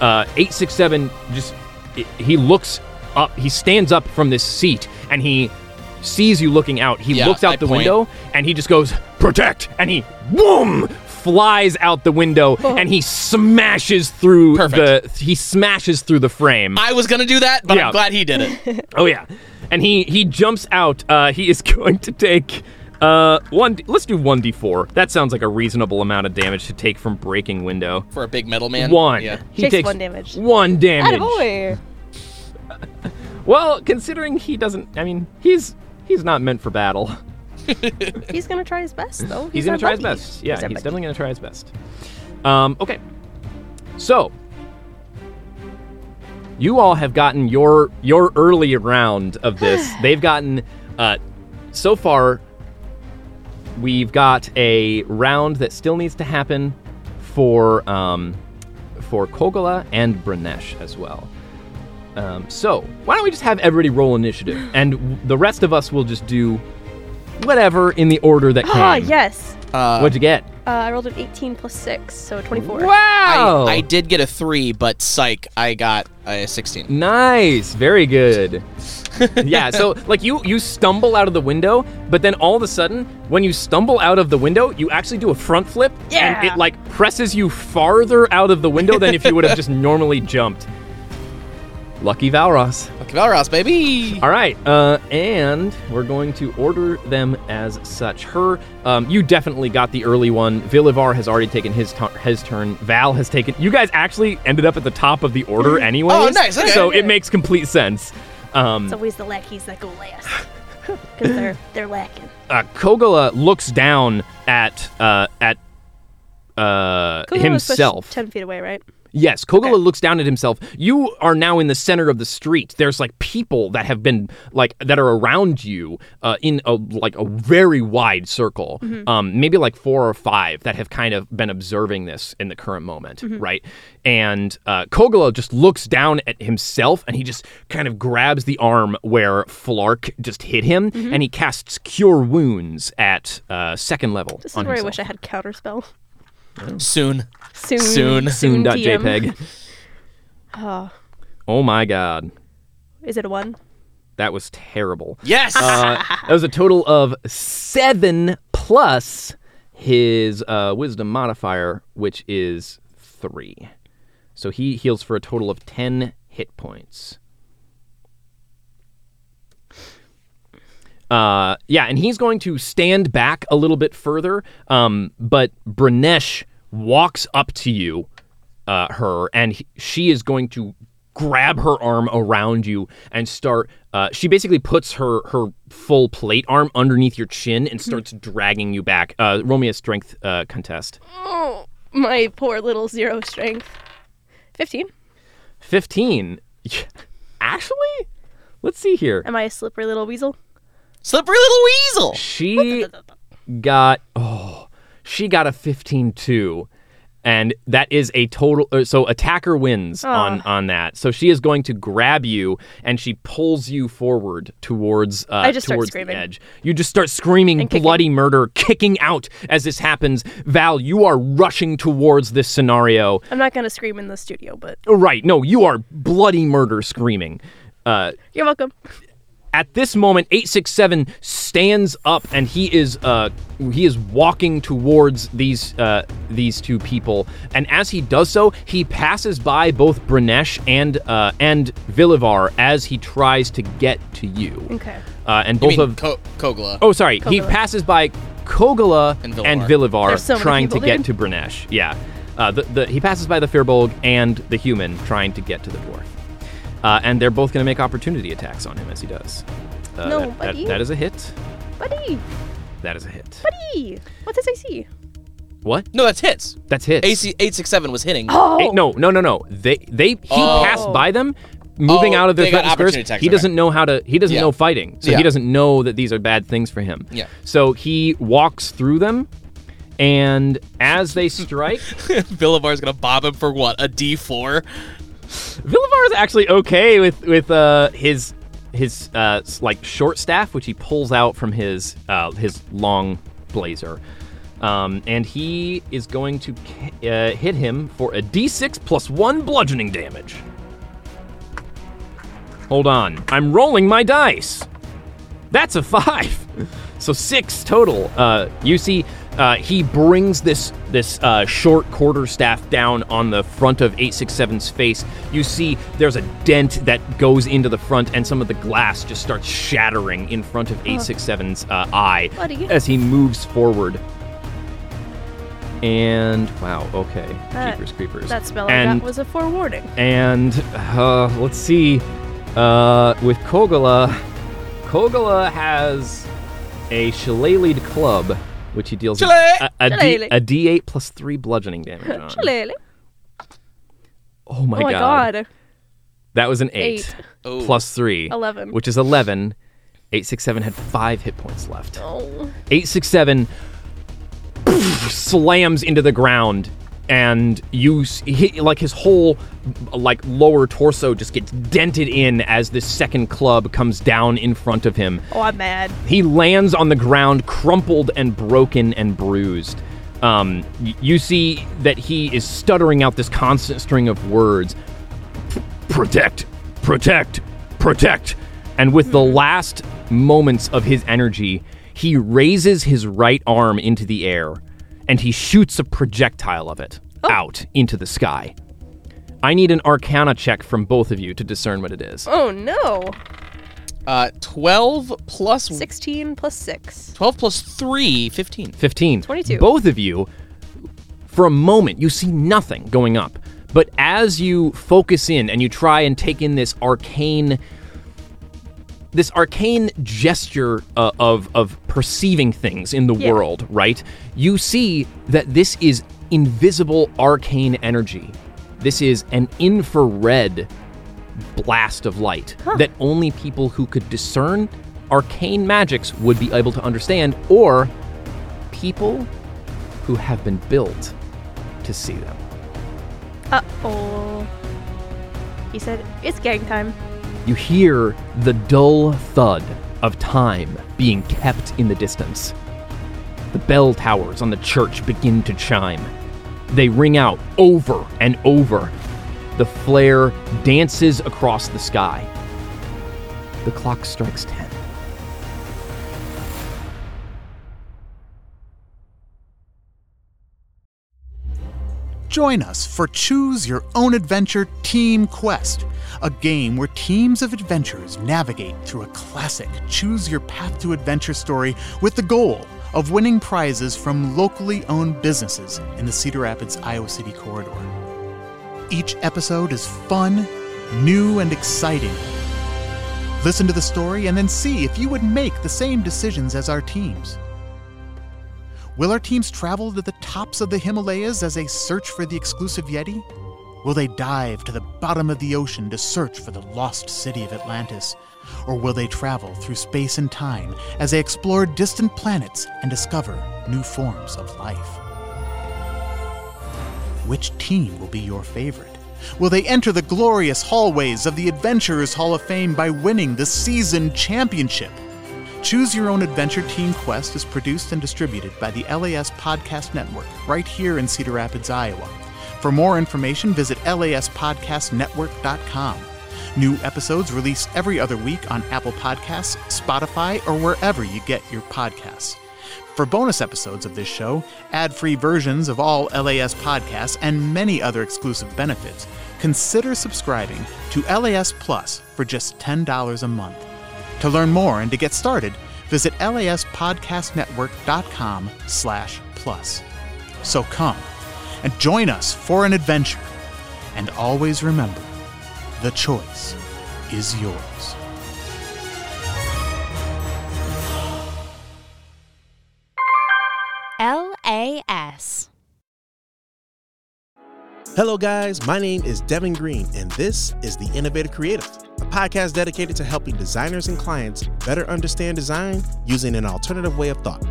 Uh, Eight six seven just i he looks up, he stands up from this seat, and he sees you looking out. He
Yeah,
looks out
I
the
point.
window, and he just goes protect, and he boom flies out the window,
Oh.
and he smashes through
Perfect.
the he smashes through the frame.
I was gonna do that, but
Yeah.
I'm glad he did it.
Oh yeah, and he he jumps out. Uh, he is going to take uh one. Let's do one d four. That sounds like a reasonable amount of damage to take from breaking window.
For a big metal man.
One.
Yeah.
He
Takes
takes
one damage.
One damage.
Attaboy!
Well, considering he doesn't. I mean, he's he's not meant for battle.
He's gonna try his best, though.
He's, gonna
our
try his
buddy.
best. Yeah,
our
he's,
buddy.
definitely gonna try his best. Um, okay. So you all have gotten your your early round of this. They've gotten uh, so far. We've got a round that still needs to happen for um, for Kogola and Brunesh as well. Um, so why don't we just have everybody roll initiative, and w- the rest of us will just do whatever in the order that came.
Ah, yes.
What'd you get?
Uh, I rolled an 18 plus 6, so 24.
Wow!
I, I did get a three, but psych, I got a
Mm.
sixteen.
nice, very good. yeah, so like you you stumble out of the window, but then all of a sudden, when you stumble out of the window, you actually do a front flip, and
Yeah.
it like presses you farther out of the window than if you would have just normally jumped. Lucky Valros.
Okay, Valros, baby.
All right, uh, and we're going to order them as such. Her, um, you definitely got the early one. Villivar has already taken his tu- his turn. Val has taken. You guys actually ended up at the top of the order, anyways.
Oh, nice, okay.
So it makes complete sense. Um,
It's always the lackeys that go last. Because they're, they're lacking.
uh, Kogola looks down at uh, at
Kugel
uh,
was pushed
himself.
10 feet away, right?
Yes, Kogola looks down at himself. You are now in the center of the street. There's like people that have been like that are around you uh, in a like a very wide circle.
Mm-hmm.
Um, maybe like four or five that have kind of been observing this in the current moment,
Mm-hmm.
right? And uh, Kogola just looks down at himself and he just kind of grabs the arm where Flark just hit him,
Mm-hmm.
and he casts Cure Wounds at uh, second level.
This is
on
where I
himself.
wish I had counterspell.
Soon.
Soon.
Soon.
Soon. DM.
Soon.jpg.
Oh,
Oh my god.
is it a 1?
That was terrible.
Yes.
Uh, that was a total of seven plus his uh, wisdom modifier, which is three. So he heals for a total of 10 hit points. Uh, yeah, and he's going to stand back a little bit further. Um, but Brinesh walks up to you, uh, her, and he- she is going to grab her arm around you and start. Uh, she basically puts her her full plate arm underneath your chin and starts dragging you back. Uh, roll me a strength uh, contest.
Oh, my poor little zero strength. 15?
Fifteen. Actually, let's see here.
Am I a slippery little weasel?
Slippery little weasel.
She got oh, she got a 15-2 and that is a total uh, so attacker wins on on that. So she is going to grab you and she pulls you forward towards uh
I just start
towards
screaming.
the edge. You just start screaming
And kicking.
bloody murder, kicking out as this happens. Val, you are rushing towards this scenario.
I'm not gonna scream in the studio, but
Right, no, you are bloody murder screaming. Uh
you're welcome.
at this moment 867 stands up and he is uh he is walking towards these uh these two people and as he does so he passes by both Brinesh and uh and Villivar as he tries to get to you
Okay.
uh and
You
both
mean
of
Co- Kogla.
oh sorry he
Kogala.
passes by Kogala
And
and
Villivar.
Villivar,
There's so many
trying to
people,
get
dude.
to Brinesh yeah uh, the, the, he passes by the Firbolg and the human trying to get to the dwarf. Uh, and they're both going to make opportunity attacks on him as he does. Uh,
No,
that- that,
buddy.
that is a hit.
Buddy!
That is a hit.
Buddy! What does I see?
What?
No, that's hits.
That's hits.
AC eight six seven was hitting.
Oh!
Eight- no, no, no, no. They they he
Oh.
passed by them, moving
Oh,
out of their
they got
threatened squares.
opportunity attacks,
He
okay.
doesn't know how to. He doesn't
Yeah.
know fighting, so
Yeah.
he doesn't know that these are bad things for him.
Yeah.
So he walks through them, and as they strike,
Villivar's gonna bob him for what? A D four.
Villivar is actually okay with with uh, his his uh, s- like short staff, which he pulls out from his uh, his long blazer, um, and he is going to ca- uh, hit him for a d6 plus one bludgeoning damage. Hold on, I'm rolling my dice. That's a five. So six total. Uh, you see, uh, he brings this this uh, short quarter staff down on the front of 867's face. You see, there's a dent that goes into the front, and some of the glass just starts shattering in front of 867's uh, eye
Buddy.
as he moves forward. And wow, okay,
That-
Jeepers creepers.
That spell I
and
got was a forewarning.
and uh, let's see. Uh, with Kogala, Kogala has a shillelied club, which he deals a, a, D,
Shillelagh.
a D8 plus three bludgeoning damage on.
Shillelagh.
Oh my,
Oh my
god.
god.
That was an eight,
Eight.
plus three,
Eleven.
which is eleven. Eight six seven had five hit points left.
Oh.
867 slams into the ground and you s- he, like his whole like lower torso just gets dented in as this second club comes down in front of him
Oh, I'm mad.
he lands on the ground, crumpled and broken and bruised. Um, y- you see that he is stuttering out this constant string of words protect, protect, protect. And with the last moments of his energy, he raises his right arm into the air and he shoots a projectile of it out into the sky. I need an arcana check from both of you to discern what it is.
Oh no.
Uh, twelve plus
16 plus 6.
12 plus 3, 15.
15.
22.
Both of you, for a moment, you see nothing going up. But as you focus in and you try and take in this arcane this arcane gesture uh, of of perceiving things in the
Yeah.
world, right? You see that this is invisible arcane energy. This is an infrared blast of light that only people who could discern arcane magics would be able to understand, or people who have been built to see them.
Uh oh. He said, it's gang time.
You hear the dull thud of time being kept in the distance. The bell towers on the church begin to chime. They ring out over and over. The flare dances across the sky. The clock strikes 10.
Join us for Choose Your Own Adventure Team Quest, a game where teams of adventurers navigate through a classic Choose Your Path to Adventure story with the goal of winning prizes from locally owned businesses in the Cedar Rapids, Iowa City corridor. Each episode is fun, new, and exciting. Listen to the story and then see if you would make the same decisions as our teams. Will our teams travel to the tops of the Himalayas as they search for the exclusive Yeti? Will they dive to the bottom of the ocean to search for the lost city of Atlantis? Or will they travel through space and time as they explore distant planets and discover new forms of life? Which team will be your favorite? Will they enter the glorious hallways of the Adventurers Hall of Fame by winning the season championship? Choose Your Own Adventure Team Quest is produced and distributed by the LAS Podcast Network right here in Cedar Rapids, Iowa. For more information, visit laspodcastnetwork.com. New episodes released every other week on Apple Podcasts, Spotify, or wherever you get your podcasts. For bonus episodes of this show, ad free versions of all LAS podcasts, and many other exclusive benefits, consider subscribing to LAS Plus for just $10 a month. To learn more and to get started, visit laspodcastnetwork.com slash plus. So come and join us for an adventure. And always remember, the choice is yours.
LAS.
Hello, guys. My name is Devin Green, and this is The Innovative Creative, a podcast dedicated to helping designers and clients better understand design using an alternative way of thought.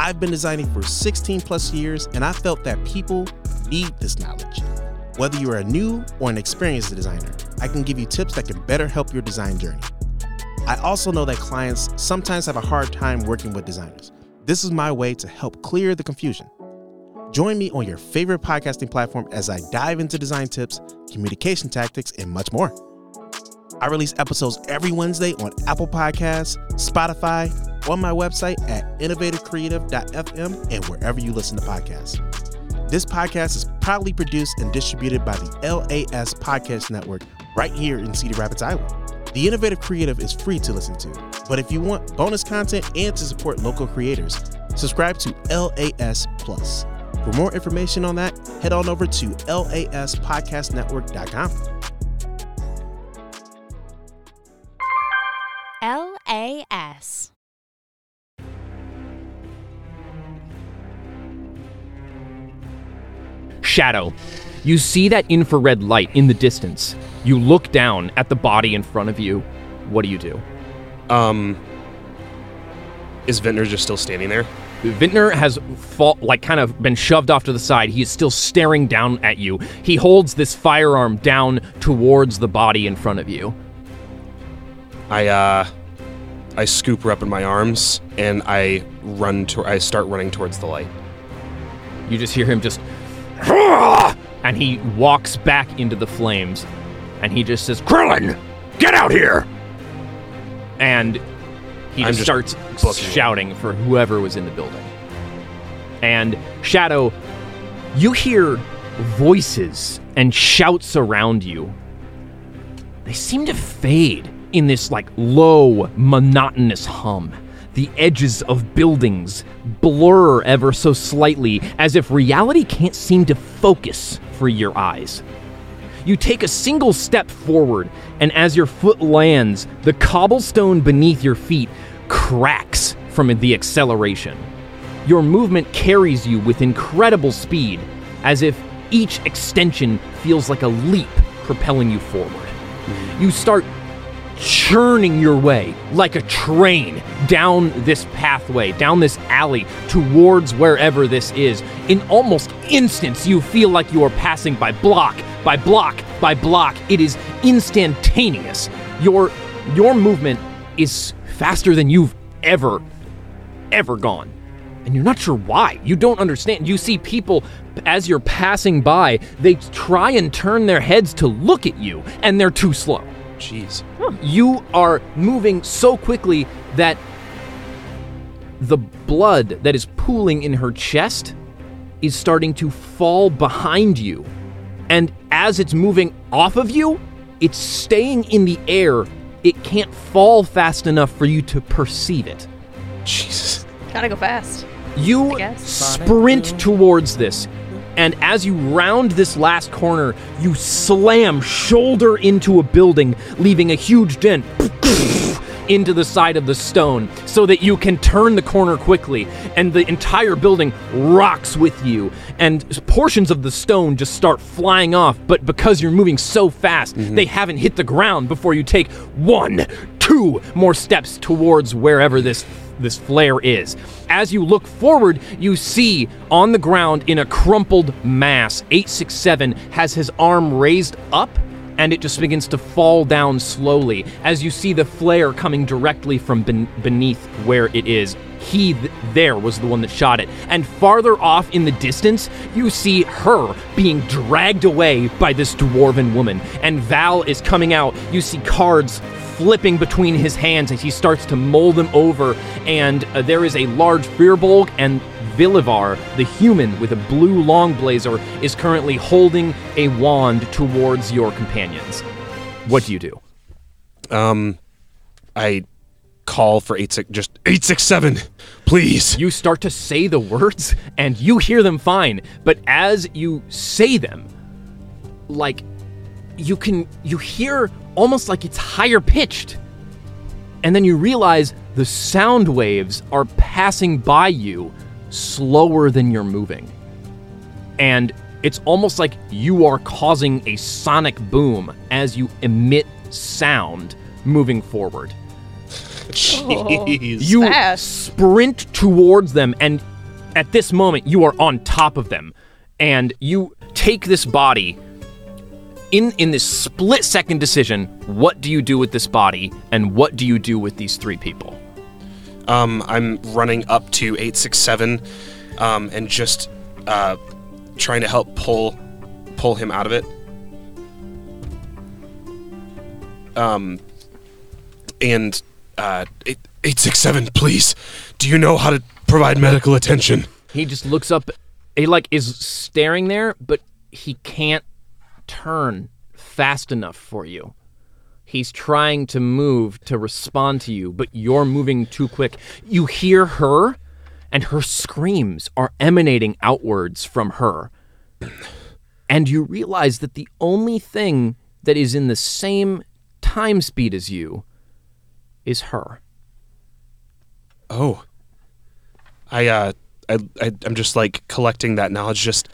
I've been designing for 16 plus years, and I felt that people need this knowledge. Whether you are a new or an experienced designer, I can give you tips that can better help your design journey. I also know that clients sometimes have a hard time working with designers. This is my way to help clear the confusion. Join me on your favorite podcasting platform as I dive into design tips, communication tactics, and much more. I release episodes every Wednesday on Apple Podcasts, Spotify, on my website at innovativecreative.fm, and wherever you listen to podcasts. This podcast is proudly produced and distributed by the LAS Podcast Network right here in Cedar Rapids, Iowa. The Innovative Creative is free to listen to, but if you want bonus content and to support local creators, subscribe to LAS Plus. For more information on that, head on over to laspodcastnetwork.com.
LAS.
Shadow, you see that infrared light in the distance. You look down at the body in front of you. What do you do?
Um, is Vintner just still standing there?
Vintner has fall, like kind of been shoved off to the side. He is still staring down at you. He holds this firearm down towards the body in front of you.
I uh, I scoop her up in my arms and I run to. I start running towards the light.
You just hear him just and he walks back into the flames and he just says, Krillin, get out here! And he
I'm
just,
just
starts shouting for whoever was in the building. And Shadow, you hear voices and shouts around you. They seem to fade in this like low, monotonous hum. The edges of buildings blur ever so slightly as if reality can't seem to focus for your eyes. You take a single step forward, and as your foot lands, the cobblestone beneath your feet cracks from the acceleration. Your movement carries you with incredible speed, as if each extension feels like a leap propelling you forward. You start churning your way like a train down this pathway, down this alley, towards wherever this is. In almost instants, you feel like you are passing by block, by block, by block. It is instantaneous. Your your movement is faster than you've ever ever gone. And you're not sure why. You don't understand. You see people as you're passing by, they try and turn their heads to look at you, and they're too slow.
Jeez.
You are moving so quickly that the blood that is pooling in her chest is starting to fall behind you. And as it's moving off of you, it's staying in the air. It can't fall fast enough for you to perceive it.
Jesus.
Gotta go fast.
You
I guess.
sprint towards this, and as you round this last corner, you slam shoulder into a building, leaving a huge dent into the side of the stone so that you can turn the corner quickly. And the entire building rocks with you, and portions of the stone just start flying off. But because you're moving so fast, they haven't hit the ground before you take one, two more steps towards wherever this this flare is. As you look forward, you see on the ground in a crumpled mass, 867 has his arm raised up and it just begins to fall down slowly as you see the flare coming directly from ben- beneath where it is. He th- there was the one that shot it. And farther off in the distance, you see her being dragged away by this dwarven woman. And Val is coming out. You see cards flipping between his hands as he starts to mold them over. And uh, there is a large Firbolg and Vilivar, the human with a blue long blazer, is currently holding a wand towards your companions. What do you do?
Um, I call for eight six just eight six seven, please.
You start to say the words, and you hear them fine. But as you say them, like you can, you hear almost like it's higher pitched, and then you realize the sound waves are passing by you slower than you're moving. And it's almost like you are causing a sonic boom as you emit sound moving forward.
Jeez.
You sprint towards them, and at this moment, you are on top of them. And you take this body in in this split second decision. What do you do with this body, and what do you do with these three people?
Um, I'm running up to 867 um, and just uh, trying to help pull pull him out of it. Um, and uh, eight, 867, please, do you know how to provide medical attention?
He just looks up. He like is staring there, but he can't turn fast enough for you. He's trying to move to respond to you, but you're moving too quick. You hear her, and her screams are emanating outwards from her. And you realize that the only thing that is in the same time speed as you is her.
Oh. I uh I, I I'm just like collecting that knowledge just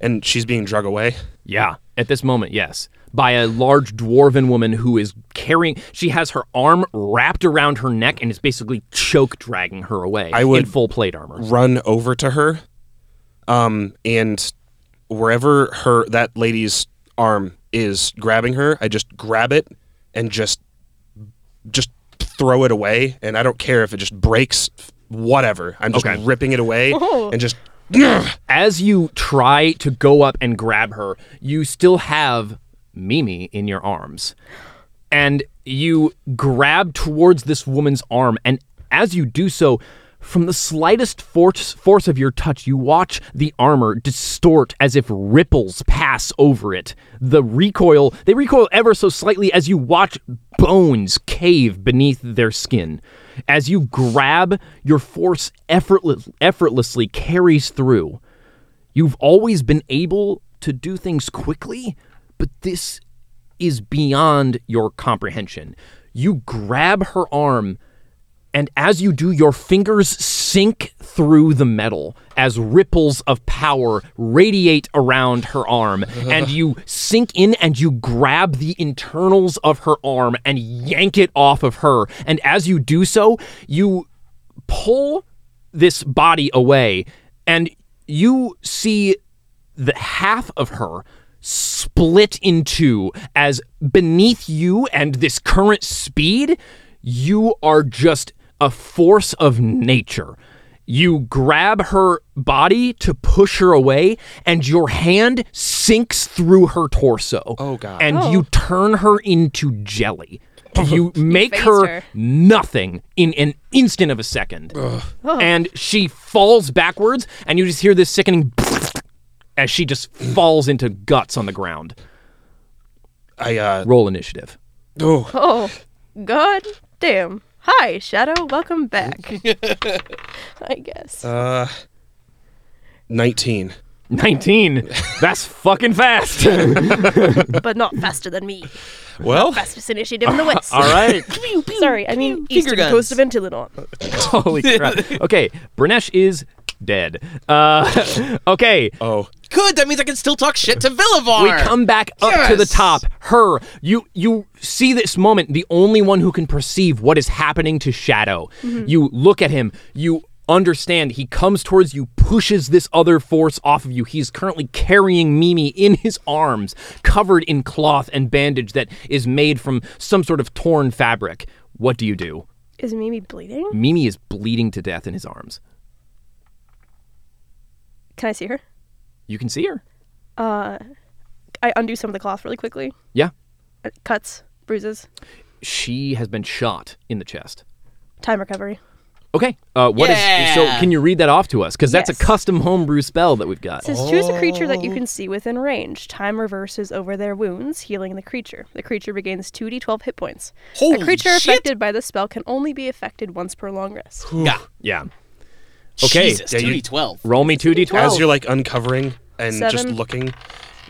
and she's being drug away.
Yeah, at this moment, yes. By a large dwarven woman who is carrying, she has her arm wrapped around her neck and is basically choke dragging her away
I would
in full plate armor.
Run over to her. Um and wherever her that lady's arm is grabbing her, I just grab it and just just throw it away and I don't care if it just breaks whatever. I'm just ripping it away and just
As you try to go up and grab her, you still have Mimi in your arms. And you grab towards this woman's arm. And as you do so, from the slightest force, force of your touch, you watch the armor distort as if ripples pass over it. The recoil, they recoil ever so slightly as you watch bones cave beneath their skin. As you grab, your force effortless, effortlessly carries through. You've always been able to do things quickly, but this is beyond your comprehension. You grab her arm, and as you do, your fingers sink through the metal as ripples of power radiate around her arm. And you sink in and you grab the internals of her arm and yank it off of her. And as you do so, you pull this body away, and you see the half of her split in two as beneath you and this current speed, you are just a force of nature. You grab her body to push her away, and your hand sinks through her torso. Oh, God. And you turn her into jelly. You make
phased
her,
her.
nothing in an instant of a second.
Ugh.
And she falls backwards, and you just hear this sickening as she just falls into guts on the ground.
I uh
roll initiative.
Oh.
Oh, god damn. Hi, Shadow. Welcome back. I guess.
Uh, 19.
19? That's fucking fast.
but not faster than me.
Well.
Fastest initiative in the West.
All right.
Sorry, I mean
pew,
eastern
finger
coast
guns.
of Intilanon.
Holy crap. Okay, Brinesh is dead. Uh, okay.
Oh.
could. That means I can still talk shit to Villivar.
We come back up to the
Yes.
top. Her, you you see this moment, the only one who can perceive what is happening to Shadow.
Mhm.
You look at him, you understand he comes towards you, pushes this other force off of you. He's currently carrying Mimi in his arms, covered in cloth and bandage that is made from some sort of torn fabric. What do you do?
Is Mimi bleeding?
Mimi is bleeding to death in his arms.
Can I see her?
You can see her.
Uh, I undo some of the cloth really quickly.
Yeah.
Uh, Cuts, bruises,
She has been shot in the chest.
time recovery.
Okay. Uh, what is so?
Yeah.
Can you read that off to us? Because that's
Yes.
a custom homebrew spell that we've got.
It says choose a creature that
Oh.
you can see within range. Time reverses over their wounds, healing the creature. The creature regains 2d12 hit points.
Holy
a creature
shit!
affected by the spell can only be affected once per long rest.
Yeah.
Yeah. Okay.
Jesus,
yeah, you-
2d12.
Roll me two d twelve.
As you're like uncovering and just
Seven.
looking,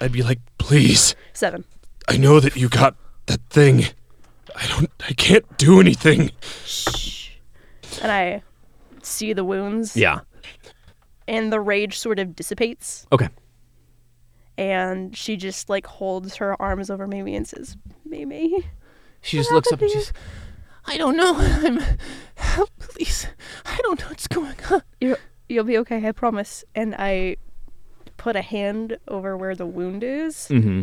I'd be like, please,
Seven.
I know that you got that thing. I don't, I can't do anything.
And I see the wounds.
Yeah.
And the rage sort of dissipates.
Okay.
And she just like holds her arms over Mimi and says, Mimi.
She just looks up and she's. I don't know. I'm. Help, please. I don't know what's going on.
You'll, you'll be okay, I promise. And I put a hand over where the wound is
Mm-hmm.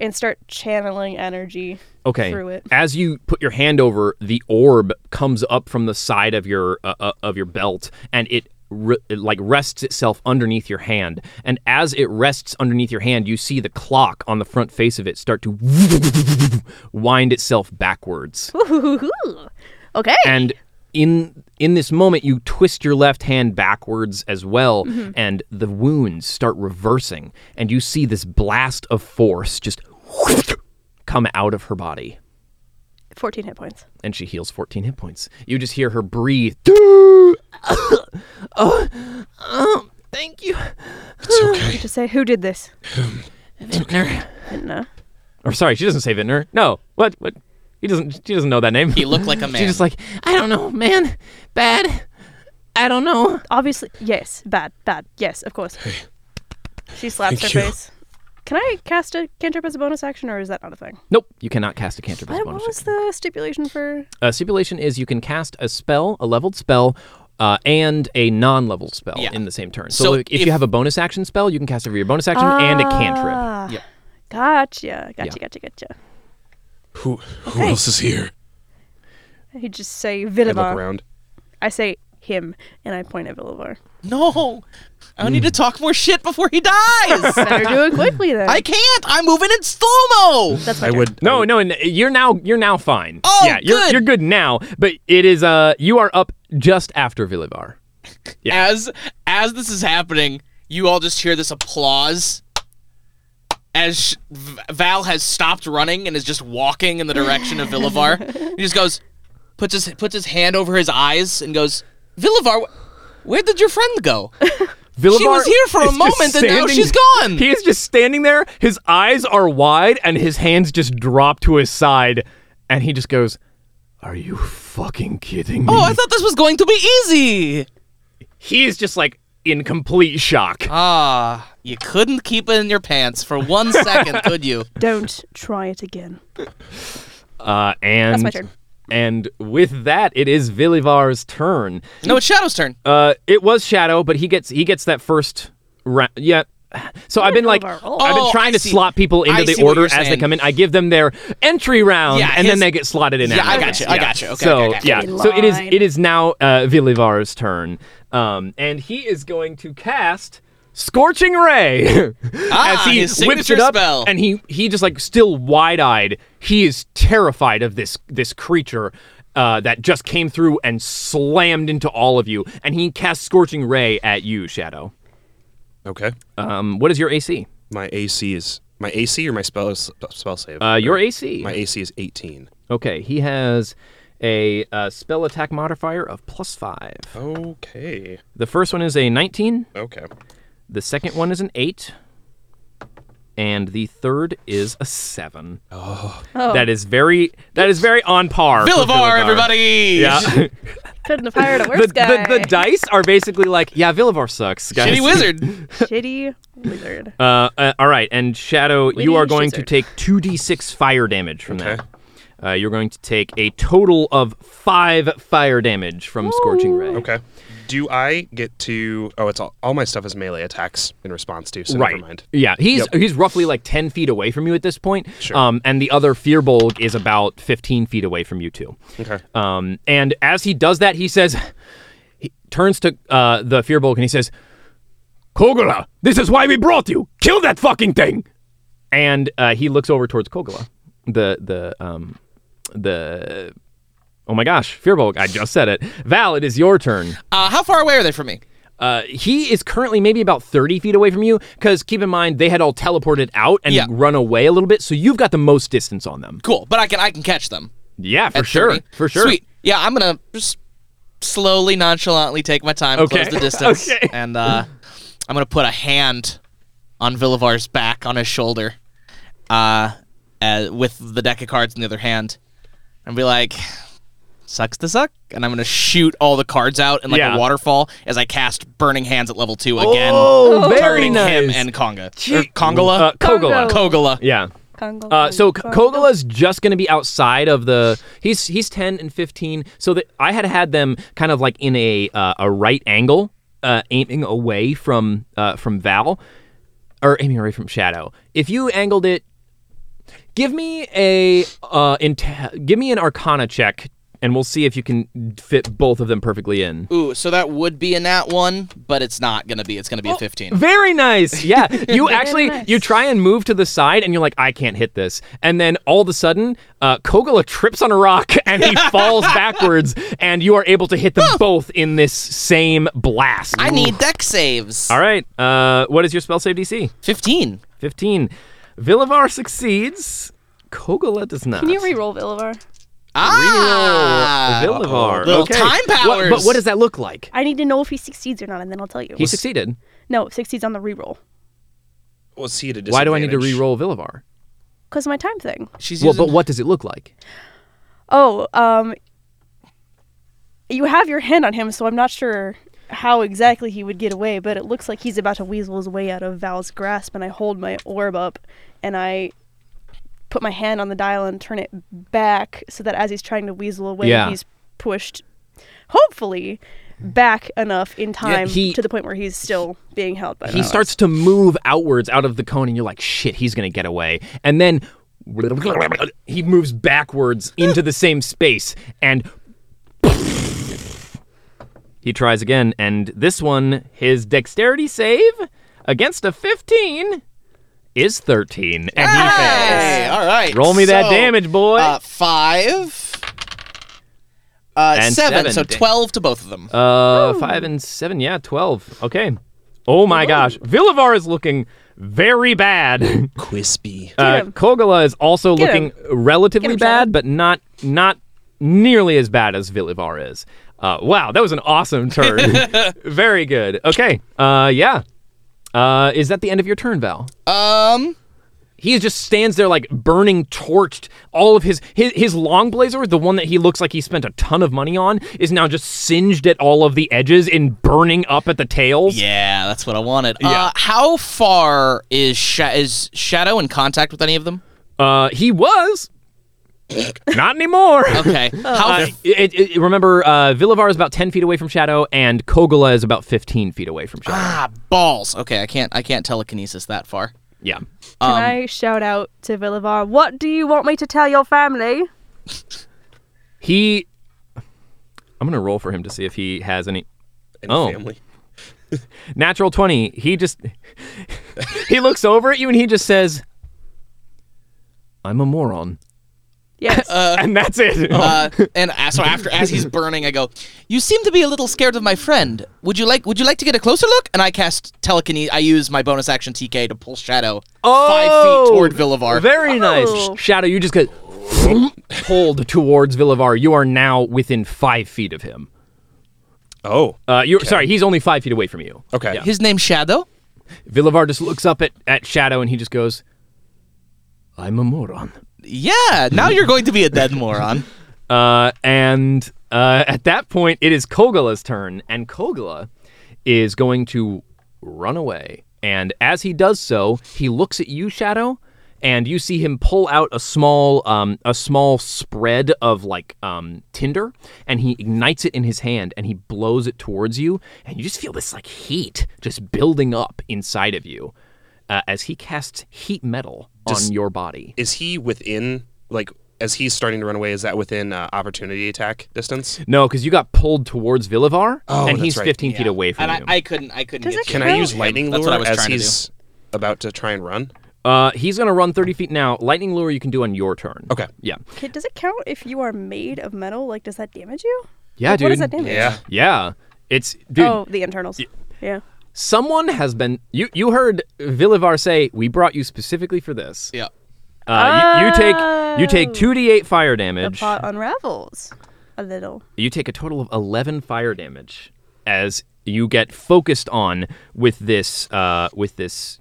and start channeling energy
Okay.
through it.
As you put your hand over, the orb comes up from the side of your uh, uh, of your belt, and it. Re- it, like rests itself underneath your hand, and as it rests underneath your hand, you see the clock on the front face of it start to wind itself backwards.
okay.
And in in this moment, you twist your left hand backwards as well,
Mhm.
and the wounds start reversing, and you see this blast of force just come out of her body,
14 hit points.
and she heals 14 hit points. You just hear her breathe.
Oh,
oh, thank you.
It's okay.
You just say, who did this?
Vintner.
Vintner.
Or sorry, she doesn't say Vintner. No, what what? He doesn't. She doesn't know that name. He
looked like a
She's
man.
just like I don't know, man. Bad. I don't know.
Obviously, yes, bad, bad. Yes, of course. She slaps her
Thank you.
face. Can I cast a cantrip as a bonus action, or is that not a thing?
Nope, you cannot cast a cantrip as a
What,
bonus
what was the stipulation for?
Uh, stipulation is you can cast a spell, a leveled spell, uh, and a non-leveled spell
Yeah.
in the same turn. So,
So
like, if, you
if-
have a bonus action spell, you can cast it for your bonus action and a
Ah.
cantrip.
Yep. Gotcha, gotcha, gotcha, gotcha.
Who, who
Okay.
else is here?
You just say
I
Villivar.
look around.
I say him, and I point at Villivar.
No, I need to talk more shit before he dies.
Better do it quickly then.
I can't. I'm moving in slow mo.
That's
I would no, no, n- you're now you're now fine.
Oh,
yeah, you're
good.
you're good now. But it is uh, you are up just after Villivar.
As as this is happening, you all just hear this applause as sh- V- Val has stopped running and is just walking in the direction of Villivar. he just goes, puts his puts his hand over his eyes and goes, Villivar, wh- where did your friend go?
Villivar
she was here for a
is just
moment and now
standing-
she's gone.
He is just standing there. His eyes are wide and his hands just drop to his side, and he just goes, "Are you fucking kidding me?"
Oh, I thought this was going to be easy.
He is just like in complete shock.
Ah, you couldn't keep it in your pants for one second, could you?
Don't try it again.
Uh, and
That's my turn.
And with that, it is Villivar's turn.
No, it's Shadow's turn.
Uh, it was Shadow, but he gets he gets that first round. Yeah. So I've been like I've been
Oh,
trying
I
to
see.
slot people into
I
the
see what
order
you're
as they
saying.
come in. I give them their entry round,
Yeah,
and then
his-
they get slotted in.
Yeah, I
afterwards.
gotcha, I gotcha. Okay,
so
okay, okay.
yeah, so it is it is now uh, Villivar's turn, um, and he is going to cast Scorching Ray
Ah,
as he
his
whips it
signature
up,
spell.
and he he just like still wide eyed. He is terrified of this this creature. Uh, that just came through and slammed into all of you, and he casts Scorching Ray at you, Shadow.
Okay.
Um, what is your AC?
My AC is my AC or my spell spell save.
Uh, your AC.
My AC is 18.
Okay, he has a uh, spell attack modifier of plus five.
Okay.
The first one is a 19.
Okay.
The second one is an 8. And the third is a 7. Oh.
Oh.
That is very that is very on par. for
Villivar, everybody!
Yeah. the,
Couldn't have hired a worse guy.
the, the dice are basically like, yeah, Villivar sucks, guys.
Shitty Wizard.
Uh, uh, all right, and Shadow,
We
you
need
are
a
going to
shizard.
take 2d6 fire damage from that. Uh, you're going to take a total of five fire damage from Scorching Ray.
Oh.
Okay. Do I get to? Oh, it's all, all my stuff is melee attacks in response to. So
right.
never mind.
Yeah, he's
Yep.
he's roughly like 10 feet away from you at this point. Sure. Um, and the other Fearbolg is about 15 feet away from you, too.
Okay.
Um, and as he does that, he says, he turns to uh, the Fearbolg and he says, Kogala, this is why we brought you. Kill that fucking thing. And uh, he looks over towards Kogala, the the um the. Oh my gosh, Fearbolg! I just said it. Val, it is your turn.
Uh, how far away are they from me?
Uh, he is currently maybe about 30 feet away from you because keep in mind they had all teleported out and run away a little bit, so you've got the most distance on them.
Cool, but I can I can catch them.
Yeah, for
at
sure.
30.
For sure.
Sweet. Yeah, I'm gonna just slowly, nonchalantly take my time,
Okay.
close the distance,
Okay.
and uh, I'm gonna put a hand on Villivar's back on his shoulder, uh, uh, with the deck of cards in the other hand, and be like, "Sucks to suck," and I'm gonna shoot all the cards out in like
Yeah.
a waterfall as I cast Burning Hands at level two again,
Oh, very
targeting him
nice.
and Conga
Gee-
or Kongola,
Uh, Kogola.
Kogola.
Yeah. Uh, so K- Kogala's just going to be outside of the. He's he's ten and fifteen. So that I had had them kind of like in a uh, a right angle, uh, aiming away from uh, from Val, or aiming away from Shadow. If you angled it, give me a uh, inte- give me an Arcana check, and we'll see if you can fit both of them perfectly in.
Ooh, so that would be a nat one, but it's not gonna be. It's gonna be a fifteen.
Very nice. Yeah. You
Very
actually
nice.
you try and move to the side and you're like, I can't hit this. And then all of a sudden, uh, Kogala trips on a rock and he falls backwards and you are able to hit them both in this same blast.
I need deck saves.
All right. Uh, what is your spell save DC?
15.
15. Villivar succeeds. Kogala does not.
Can you re-roll Villivar?
Ah, Villivar.
Little
okay.
time
What- but
powers.
what does that look like?
I need to know if he succeeds or not, and then I'll tell you.
He succeeded.
No, succeeds on the re-roll
Was he at a
Why do I need to
disadvantage?
re-roll Villivar?
because my time thing.
She's
well, but what does it look like?
Oh, um, you have your hand on him, so I'm not sure how exactly he would get away, but it looks like he's about to weasel his way out of Val's grasp, and I hold my orb up, and I put my hand on the dial and turn it back so that as he's trying to weasel away,
Yeah.
he's pushed, hopefully, back enough in time
he-
to the point where he's still being held by
he
Val.
starts to move outwards out of the cone and you're like shit he's gonna get away and then he moves backwards into the same space and he tries again and this one his dexterity save against a 15 is 13 and he
Hey, all right.
Roll me that
so,
damage, boy.
Uh, five. Uh,
And
seven,
seven
So
damage.
twelve to both of them.
Uh, five and seven. Yeah, twelve. Okay. Oh my gosh, Villivar is looking very bad.
Quispy.
Uh, Kogala is also
Get
looking
him.
relatively bad, but not not nearly as bad as Villivar is. Uh, wow, that was an awesome turn. very good. Okay. Uh, yeah. Uh, is that the end of your turn, Val?
Um.
He just stands there like burning torched. All of his, his his long blazer, the one that he looks like he spent a ton of money on, is now just singed at all of the edges and burning up at the tails.
Yeah, that's what I wanted. Uh, how far is Sha- is Shadow in contact with any of them?
Uh, he was. Not anymore.
Oh, Okay. How-
Uh, it, it- remember, uh, Villivar is about ten feet away from Shadow, and Kogala is about fifteen feet away from Shadow.
Ah, balls. Okay, I can't. I can't telekinesis that far.
Yeah.
Can
Um,
I shout out to Villivar, what do you want me to tell your family?
He. I'm gonna roll for him to see if he has any. oh.
family.
Natural twenty. He just. he looks over at you and he just says, "I'm a moron."
Yes.
and that's it.
uh, and a- so after, as he's burning, I go, "You seem to be a little scared of my friend. Would you like? Would you like to get a closer look?" And I cast telekinesis. I use my bonus action TK to pull Shadow
Oh!
five feet toward Villivar.
Very nice.
Oh.
Shadow, you just get pulled towards Villivar. You are now within five feet of him.
Oh.
Uh, you're sorry, he's only five feet away from you.
Okay.
His name's Shadow?
Villivar just looks up at, at Shadow and he just goes, I'm a moron.
Yeah, now you're going to be a dead moron.
Uh, and uh, at that point, it is Kogala's turn, and Kogala is going to run away. And as he does so, he looks at you, Shadow, and you see him pull out a small um, a small spread of like um, tinder, and he ignites it in his hand, and he blows it towards you, and you just feel this like heat just building up inside of you uh, as he casts heat metal
Does-
on your body.
Is he within like as he's starting to run away? Is that within uh, opportunity attack distance?
No, because you got pulled towards Villivar,
Oh,
and
that's
he's
right.
15 feet
Yeah.
away from
and
you.
I, I couldn't. I couldn't. get
Can
you.
I use lightning
That's
lure
what I was
as
trying to do.
he's about to try and run?
Uh, he's gonna run 30 feet now. Lightning lure you can do on your turn.
Okay.
Yeah.
Okay, does it count if you are made of metal? Like, does that damage you?
Yeah,
Like,
dude.
What does that damage?
Yeah. It's dude.
oh, the internals. yeah.
Someone has been you. You heard Villivar say, "We brought you specifically for this."
Yeah.
Uh, you, you take you take
Oh.
two d eight fire
The
damage.
pot unravels a little.
You take a total of eleven fire damage as you get focused on with this uh, with this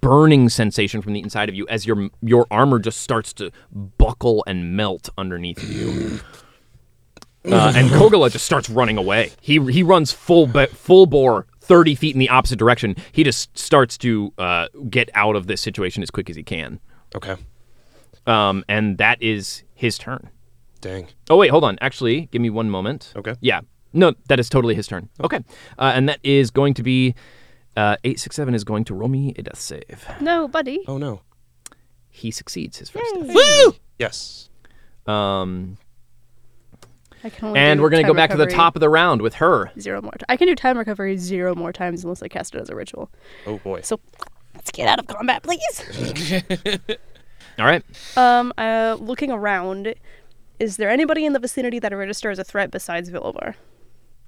burning sensation from the inside of you as your your armor just starts to buckle and melt underneath you. Uh, and Kogala just starts running away. He he runs full ba- full bore, thirty feet in the opposite direction. He just starts to uh, get out of this situation as quick as he can.
Okay.
Um, and that is his turn.
Dang.
Oh wait, hold on. Actually, give me one moment. Okay. Yeah. No, that is totally his turn.
Oh.
Okay. Uh, and that is going to be uh, eight six seven is going to roll me a death save.
No, buddy.
Oh no.
He succeeds his first death.
Woo! Yes.
Um,
I can only
and
do
we're gonna go
time
back to the
recovery
top of the round with her.
Zero more. T- I can do time recovery zero more times unless I cast it as a ritual.
Oh boy.
So let's get out of combat, please.
All right.
um, uh, looking around, is there anybody in the vicinity that I register as a threat besides Villivar?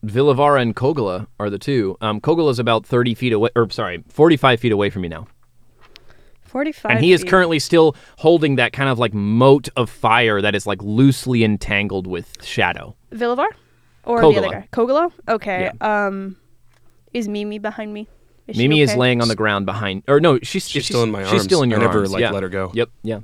Villavara and Kogala are the two. Um, Kogala's about 30 feet away, or sorry, 45 feet away from you now.
Forty-five.
And he is
feet.
currently still holding that kind of like moat of fire that is like loosely entangled with shadow.
Villivar, or the
Kogala.
other guy, Kogala. Okay. Um, is Mimi behind me? Is she
Mimi is
okay?
laying on the ground behind, or no, she's, she's
still in my
She's still
arms.
in your
I never,
arms,
like,
yeah.
let her go.
Yep, yeah.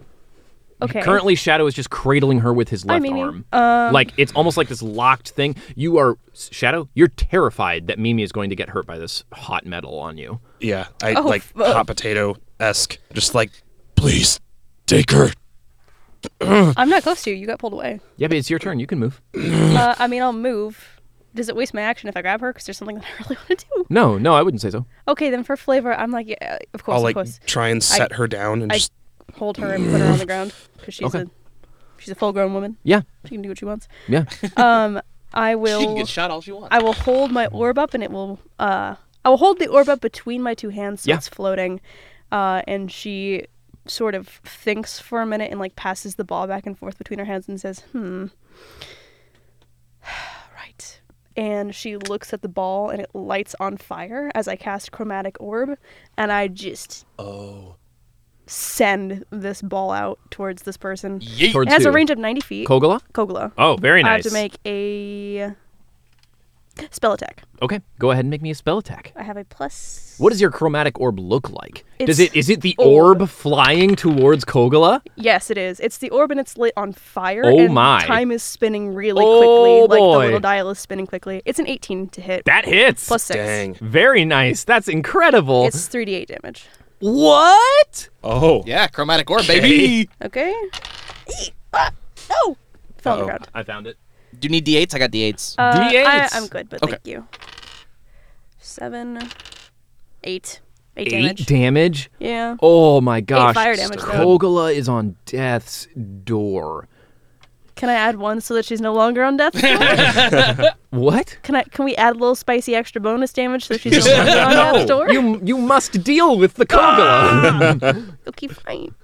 Okay.
Currently, Shadow is just cradling her with his
Hi,
left
Mimi.
arm.
Um,
like it's almost like this locked thing. You are Shadow. You're terrified that Mimi is going to get hurt by this hot metal on you.
Yeah. I
Oh,
like
fuck.
hot potato esque. Just like, please take her.
I'm not close to you. You got pulled away.
Yeah, but it's your turn. You can move.
uh, I mean, I'll move. Does it waste my action if I grab her? Because there's something that I really want to do.
No, no, I wouldn't say so.
Okay, then for flavor, I'm like, yeah, of course,
I'll
of
like
course.
try and set
I-
her down and
I
just
hold her and put her on the ground because she's
Okay.
a she's a full-grown woman.
Yeah.
she can do what she wants.
Yeah.
um, I will.
get shot all she wants.
I will hold my orb up, and it will. Uh, I will hold the orb up between my two hands, so
Yeah.
it's floating. Uh, and she sort of thinks for a minute and like passes the ball back and forth between her hands and says, "Hmm." right. And she looks at the ball and it lights on fire as I cast chromatic orb, and I just
oh
send this ball out towards this person.
Yeet. Towards
it has a
who?
range of 90 feet.
Kogala?
Kogala.
Oh, very
I have to
nice.
make a spell attack.
Okay, go ahead and make me a spell attack.
I have a plus.
What does your chromatic orb look like?
It's
Does it is it the orb flying towards Kogala?
Yes, it is. It's the orb and it's lit on fire.
Oh
and
my.
Time is spinning really
Oh
quickly. Like the
boy.
little dial is spinning quickly. It's an 18 to hit.
That hits.
Plus six.
Very nice. That's incredible.
It's 3d8 damage.
What?
Oh.
Yeah, chromatic orb,
baby.
Okay. Eek. Ah, no. Fell on the
Uh-oh.
ground.
I found it.
Do you need d8s? I got d8s.
Uh, I, I'm good, but
Okay.
thank you. Seven, eight, eight
Eight
damage.
damage.
Yeah.
Oh my gosh.
fire damage, though.
Kogala is on death's door.
Can I add one so that she's no longer on death? row?
What?
can I? Can we add a little spicy extra bonus damage so that she's no longer on death door?
you you must deal with the Kogala.
Okay, fine.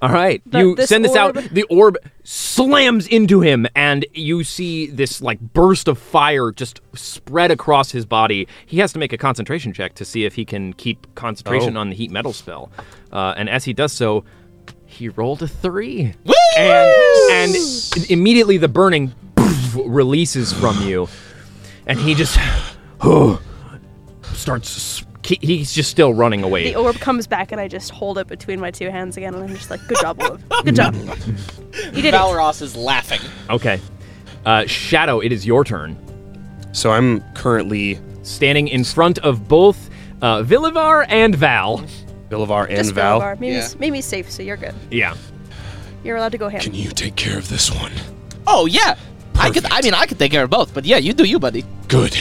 All right,
But
you
this
send this out.
orb-
The orb slams into him, and you see this like burst of fire just spread across his body. He has to make a concentration check to see if he can keep concentration
Oh.
on the heat metal spell. Uh, and as he does so, he rolled a three, and and immediately the burning poof, releases from you, and he just starts. he- He's just still running away.
The orb comes back and I just hold it between my two hands again, and I'm just like, "Good job, Olive. Good job."
Mm-hmm.
You did
Valros is laughing.
Okay. Uh, Shadow, it is your turn.
So I'm currently
standing in front of both Uh, Villivar and Val.
Villivar and
Just
Val.
Villivar. Mimi's, Mimi's safe, so you're good.
Yeah.
You're allowed to go ham.
Can you take care of this one?
Oh yeah, I could. I mean, I could take care of both. But yeah, you do you, buddy.
Good.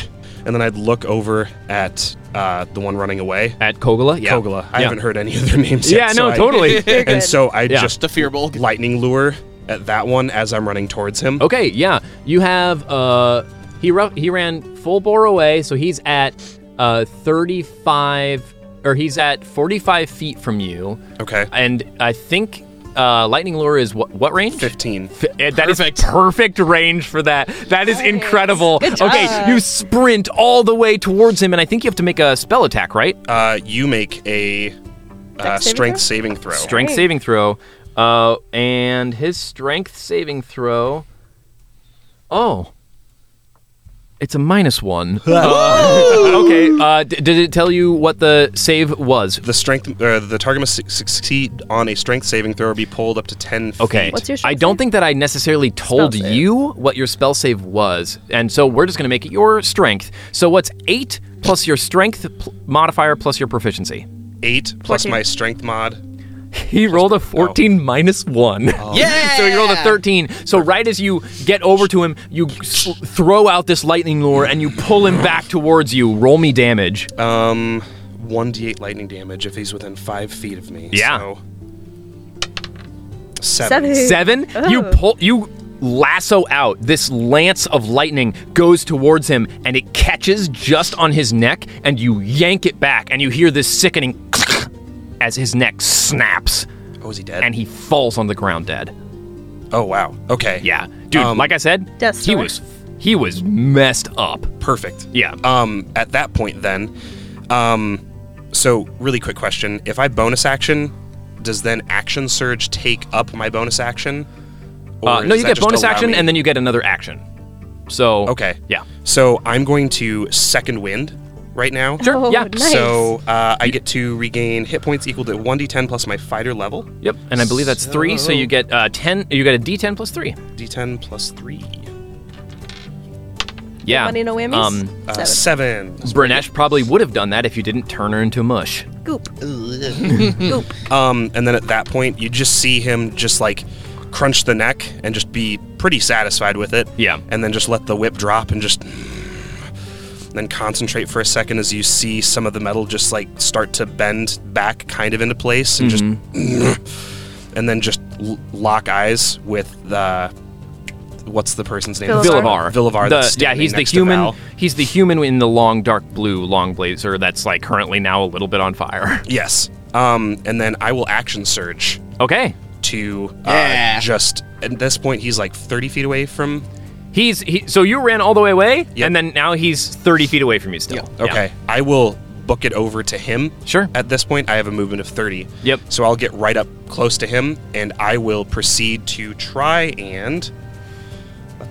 And then I'd look over at uh, the one running away.
At Kogala? Yeah.
Kogala. I
Yeah.
haven't heard any of their names yet.
Yeah,
so
no,
I-
totally. You're
and
good.
so I
Yeah.
just
The
fearbolt
lightning lure at that one as I'm running towards him.
Okay, yeah. You have uh he ru- he ran full bore away, so he's at uh 35 or he's at 45 feet from you.
Okay.
And Oh. I think uh, lightning lure is what, what range? eh,
15.
That is perfect range for that. That is incredible.
Good job.
Okay, you sprint all the way towards him, and I think you have to make a spell attack, right?
Uh, you make a uh,
Dex saving throw?
strength saving throw.
Strength saving throw. Uh, and his strength saving throw. Oh. It's a minus one. Uh, okay. Uh, d- did it tell you what the save was?
The strength. Uh, the target must su- succeed on a strength saving throw or be pulled up to 10 feet.
Okay. I don't think that I necessarily told you what your spell save was, and so we're just going to make it your strength. So what's eight plus your strength pl- modifier plus your proficiency?
Eight plus my strength mod.
He rolled a 14 minus one.
Yeah!
so he rolled a 13. So right as you get over to him, you s- throw out this lightning lure and you pull him back towards you. Roll me damage.
Um, 1d8 lightning damage if he's within 5 feet of me.
Yeah.
So. Seven.
Seven? You pull. You lasso out this lance of lightning goes towards him and it catches just on his neck and you yank it back and you hear this sickening as his neck snaps.
Oh, is he dead?
And he falls on the ground dead.
Oh wow. Okay.
Yeah, dude. like I said, he was he was messed up.
Perfect.
Yeah.
Um, at that point, then, um, so really quick question: If I bonus action, does then action surge take up my bonus action?
Uh,
Or
no,
does
you
that
get
just
bonus
allow
action
me-
and then you get another action. So
okay,
yeah.
So I'm going to second wind right now.
Sure, Oh, yeah. nice.
So uh, I get to regain hit points equal to 1d10 plus my fighter level.
Yep, and I believe that's three. So
So-
you get uh, ten. You get a D10 plus three.
D10 plus three.
Yeah.
money,
um,
no whammies? Uh, Seven.
seven.
Brinesh probably would have done that if you didn't turn her into mush.
Goop.
Um, and then at that point, you just see him just like crunch the neck and just be pretty satisfied with it.
Yeah.
And then just let the whip drop and just. Then concentrate for a second as you see some of the metal just like start to bend back kind of into place and just.
Mm-hmm.
And then just l- lock eyes with the. What's the person's name?
Villivar.
Villivar.
The-
that's
yeah,
standing
he's the
next to Val.
human. He's the human in the long dark blue long blazer that's like currently now a little bit on fire.
Yes. Um, and then I will action surge.
Okay.
To uh,
Yeah.
just at this point, he's like 30 feet away from.
He's he, so you ran all the way away, and then now he's 30 feet away from you still.
Okay. I will book it over to him.
Sure.
At this point, I have a movement of 30.
Yep.
So I'll get right up close to him, and I will proceed to try and.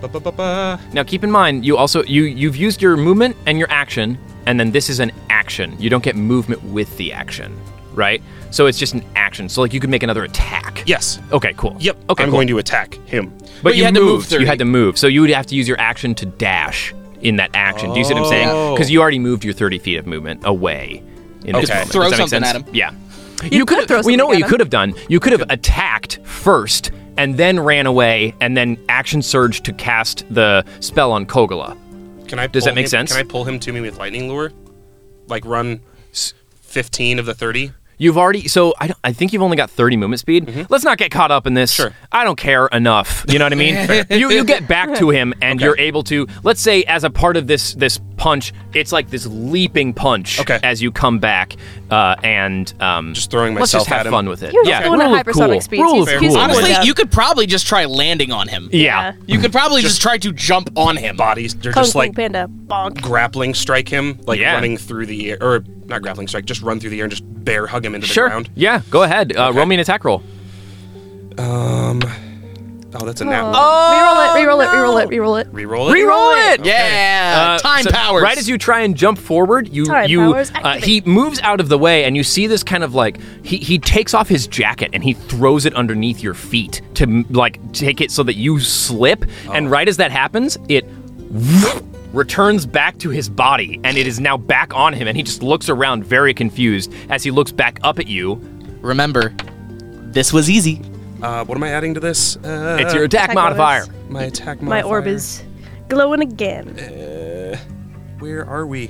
Ba-ba-ba-ba.
Now keep in mind, you also you you've used your movement and your action, and then this is an action. You don't get movement with the action, right? So it's just an action. So like you could make another attack.
Yes.
Okay. Cool. Yep. Okay.
I'm
cool.
going to attack him.
But, you, had moved. you had to move. So you would have to use your action to dash in that action. Do you see what I'm saying?
Oh.
Because you already moved your 30 feet of movement away. In this
Okay.
moment.
Throw
Does that make
something
sense?
at him.
Yeah. You, could have. Well, you know what you could have done? You could have attacked first and then ran away and then action surge to cast the spell on Kogala.
Can I
Does
pull
that make
him-
sense?
Can I pull him to me with lightning lure? Like run 15 of the 30?
You've already so I, don't- I think you've only got 30 movement speed. Let's not get caught up in this. Sure. I don't care enough. You know what I mean?
Fair.
you you get back to him and you're able to let's say as a part of this this punch, it's like this leaping punch as you come back uh, and um just
throwing
let's just
myself
have
at him.
fun with it.
You're just
yeah.
going at
rule of
hypersonic
cool.
speeds.
Rule of
He's-
cool.
he's- Honestly, you could probably just try landing on him.
Yeah.
You could probably just, try to jump on him.
Bodies, they're
Kung
just
Fu
like
Panda. Bonk.
grappling strike him, like
Yeah.
running through the air, or not grappling strike, just run through the air and just bear hug him into
Sure.
the ground.
Yeah, go ahead. Uh, Roll me an attack roll.
Um, oh, that's a nat one.
Oh, reroll it, reroll it, reroll it, reroll it.
Reroll it.
Reroll it.
Okay.
Uh, so Right as you try and jump forward, you
Time
you
powers
uh, he moves out of the way, and you see this kind of like he he takes off his jacket and he throws it underneath your feet to
Oh.
m- like take it so that you slip. And right as that happens, it returns back to his body, and it is now back on him, and he just looks around very confused as he looks back up at you.
Remember, this was easy.
Uh, what am I adding to this? Uh,
It's your attack Attack modifier. bonus.
My attack
My
modifier.
orb is glowing again.
Uh, where are we?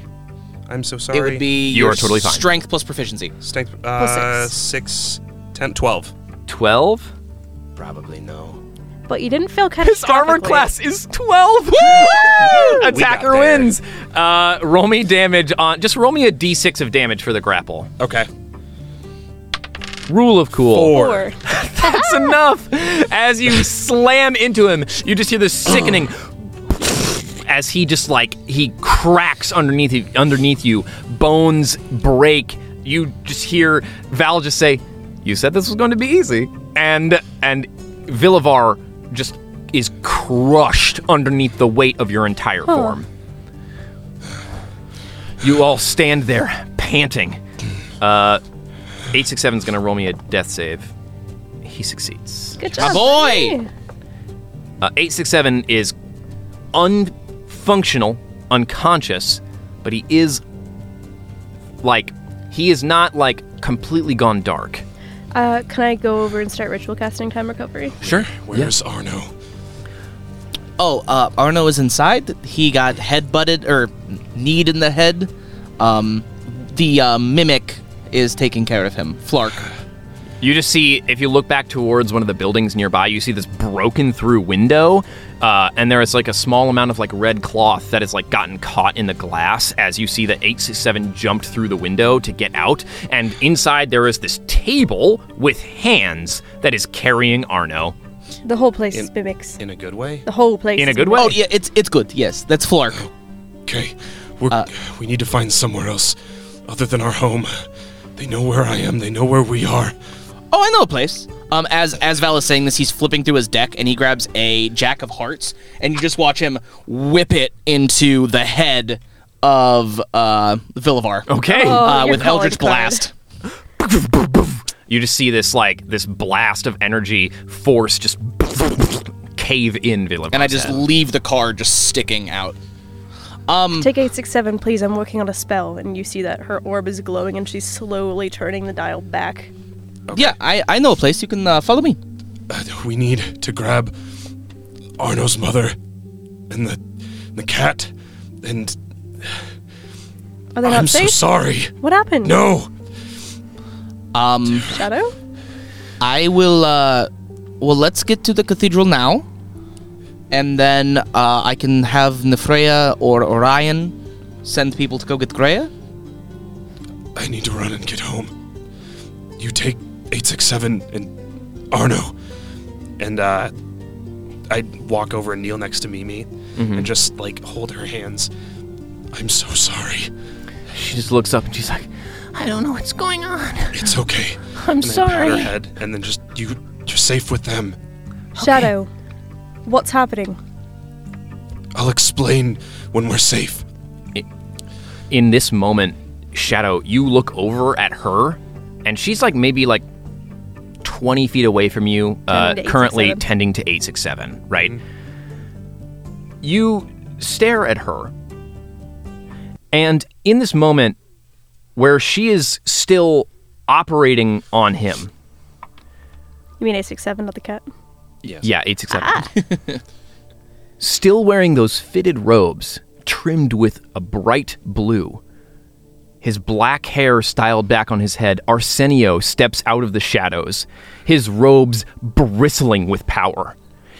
I'm so sorry.
It would be
You
your
are totally fine.
strength plus proficiency.
Strength
Plus
uh, six. ten, 12.
12?
Probably no.
But you didn't fail kind of. His
armor class is 12! Attacker wins. Uh, roll me damage on. Just roll me a d6 of damage for the grapple.
Okay.
Rule of cool.
Four.
That's enough. As you slam into him, you just hear this sickening. As he just like he cracks underneath you, underneath you, bones break. You just hear Val just say, "You said this was going to be easy," and and Villavar just is crushed underneath the weight of your entire
Oh.
form. You all stand there, panting. Uh, 867 is going to roll me a death save. He succeeds.
Good
My
job.
boy!
Uh, 867 is unfunctional, unconscious, but he is like, he is not like completely gone dark.
Uh, can I go over and start ritual casting time recovery?
Sure.
Where's Arno?
Oh, uh, Arno is inside. He got headbutted or kneed in the head. Um, the uh, mimic is taking care of him. Flark.
You just see, if you look back towards one of the buildings nearby, you see this broken through window, uh, and there is like a small amount of like red cloth that has like gotten caught in the glass as you see that 867 jumped through the window to get out. And inside there is this table with hands that is carrying Arno.
The whole place is mimics.
In a good way?
The whole place. is mimics.
Oh, yeah, it's it's good. Yes, that's Flark.
Okay. We're, we need to find somewhere else other than our home. They know where I am, they know where we are.
Oh, I know a place. Um, as as Val is saying this, he's flipping through his deck and he grabs a jack of hearts, and you just watch him whip it into the head of uh Villavar.
Okay.
Oh.
uh, with Eldritch Blast.
You just see this like this blast of energy force just cave in Villa.
and I just leave the card just sticking out. Um,
Take 867, please. I'm working on a spell. And you see that her orb is glowing and she's slowly turning the dial back.
Yeah, I, I know a place. You can uh, follow me.
we need to grab Arno's mother and the the cat and
Are they not
I'm so
safe?
sorry.
What happened?
No.
Um,
Shadow?
I will. Uh, well, let's get to the cathedral now, and then uh, I can have Nefreya or Orion send people to go get Greya.
I need to run and get home. You take 867 and Arno. And uh, I walk over and kneel next to Mimi and just like hold her hands. I'm so sorry.
She just looks up and she's like,
I don't know what's going on.
It's okay.
I'm
and then pat her
sorry.
head and then just you you're safe with them.
Shadow, what's happening?
I'll explain when we're safe.
in this moment, Shadow, you look over at her, and she's like maybe like 20 feet away from you, uh,
Tending to
currently
867.
tending to 867, right? Mm-hmm. You stare at her, and in this moment where she is still operating on him,
You mean 867, not the cat?
yeah, 867, still wearing those fitted robes trimmed with a bright blue. His black hair styled back on his head, Arsenio steps out of the shadows, his robes bristling with power.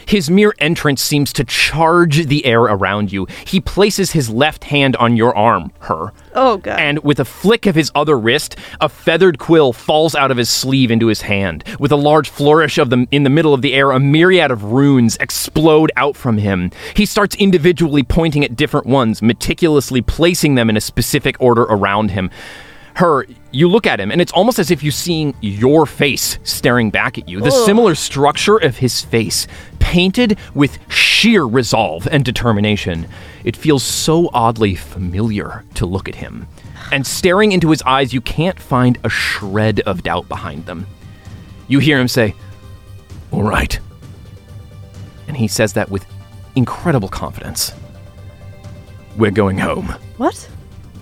His mere entrance seems to charge the air around you. He places his left hand on your arm, her.
Oh, God.
And with a flick of his other wrist, a feathered quill falls out of his sleeve into his hand. With a large flourish of them in the middle of the air, a myriad of runes explode out from him. He starts individually pointing at different ones, meticulously placing them in a specific order around him. Her, you look at him, and it's almost as if you're seeing your face staring back at you. The
Ugh.
similar structure of his face, painted with sheer resolve and determination. It feels so oddly familiar to look at him. And staring into his eyes, you can't find a shred of doubt behind them. You hear him say, All right. And he says that with incredible confidence. We're going home.
What?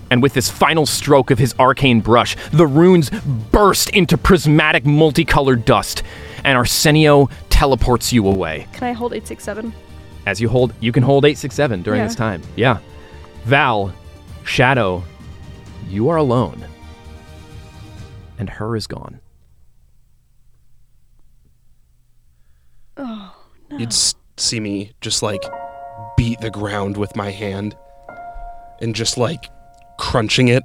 And with this final stroke of his arcane brush, the runes burst into prismatic multicolored dust, and Arsenio teleports you away.
Can I hold 867?
As you hold, you can hold 867 during
Yeah.
this time. Yeah. Val, Shadow, you are alone. And her is gone.
Oh,
You'd s- see me just like beat the ground with my hand and just like crunching it.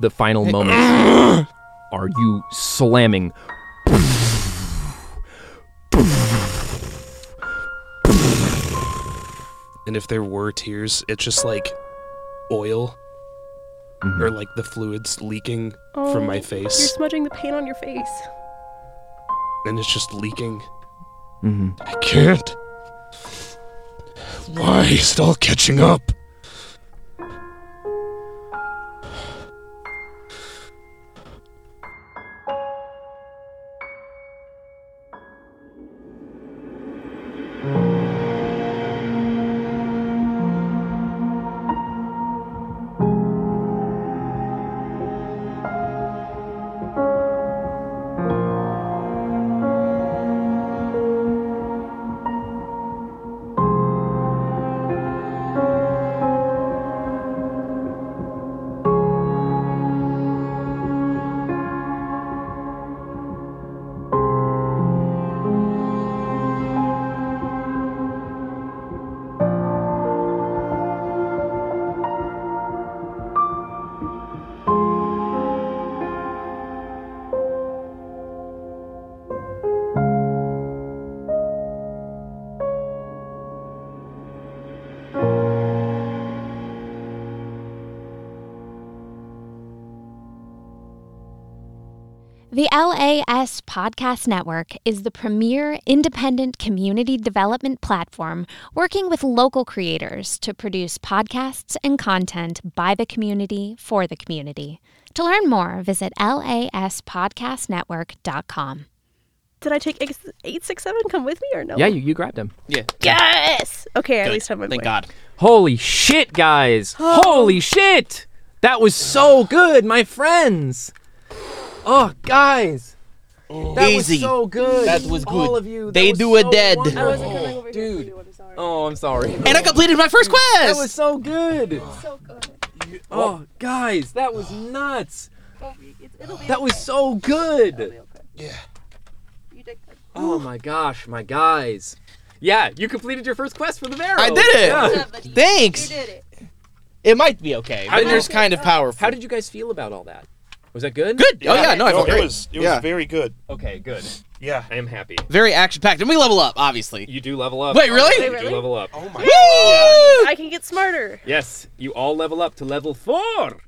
The final moments are you slamming
And if there were tears, it's just like oil or like the fluids leaking
Oh,
from my
You're
face.
smudging the paint on your face.
And it's just leaking.
Mm-hmm.
I can't. Why is it all catching up?
The LAS Podcast Network is the premier independent community development platform working with local creators to produce podcasts and content by the community for the community. To learn more, visit laspodcastnetwork.com.
Did I take 867? Come with me or no?
Yeah, you, you grabbed him.
Yeah.
Yes! Okay, I at least have my
Thank
point.
God.
Holy shit, guys!
Oh.
Holy shit! That was so good, my friends! Oh, guys! That
Easy.
was so good.
That was
All
good.
of you.
They
that was
do a
so
dead.
wonderful.
I wasn't
Dude. Oh, I'm sorry.
And I completed my first quest.
That was so good. So good. Oh, guys, that was nuts. That was so good. Yeah. Oh my gosh, my guys. Yeah, you completed your first quest for the barrel.
I did it.
Yeah.
Thanks. It might be okay.
How did
Vinder's
you- uh,
kind of powerful.
How did you guys feel about all that? Was that good?
Good. Oh, yeah, no, I felt
it
great.
was it was
Yeah.
very good.
Okay, good.
Yeah.
I am happy.
Very action packed, and we level up, obviously.
You do level up.
Wait, really?
You do level up. Oh
my
I can get smarter.
Yes, you all level up to level 4.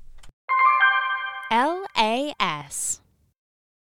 LAS.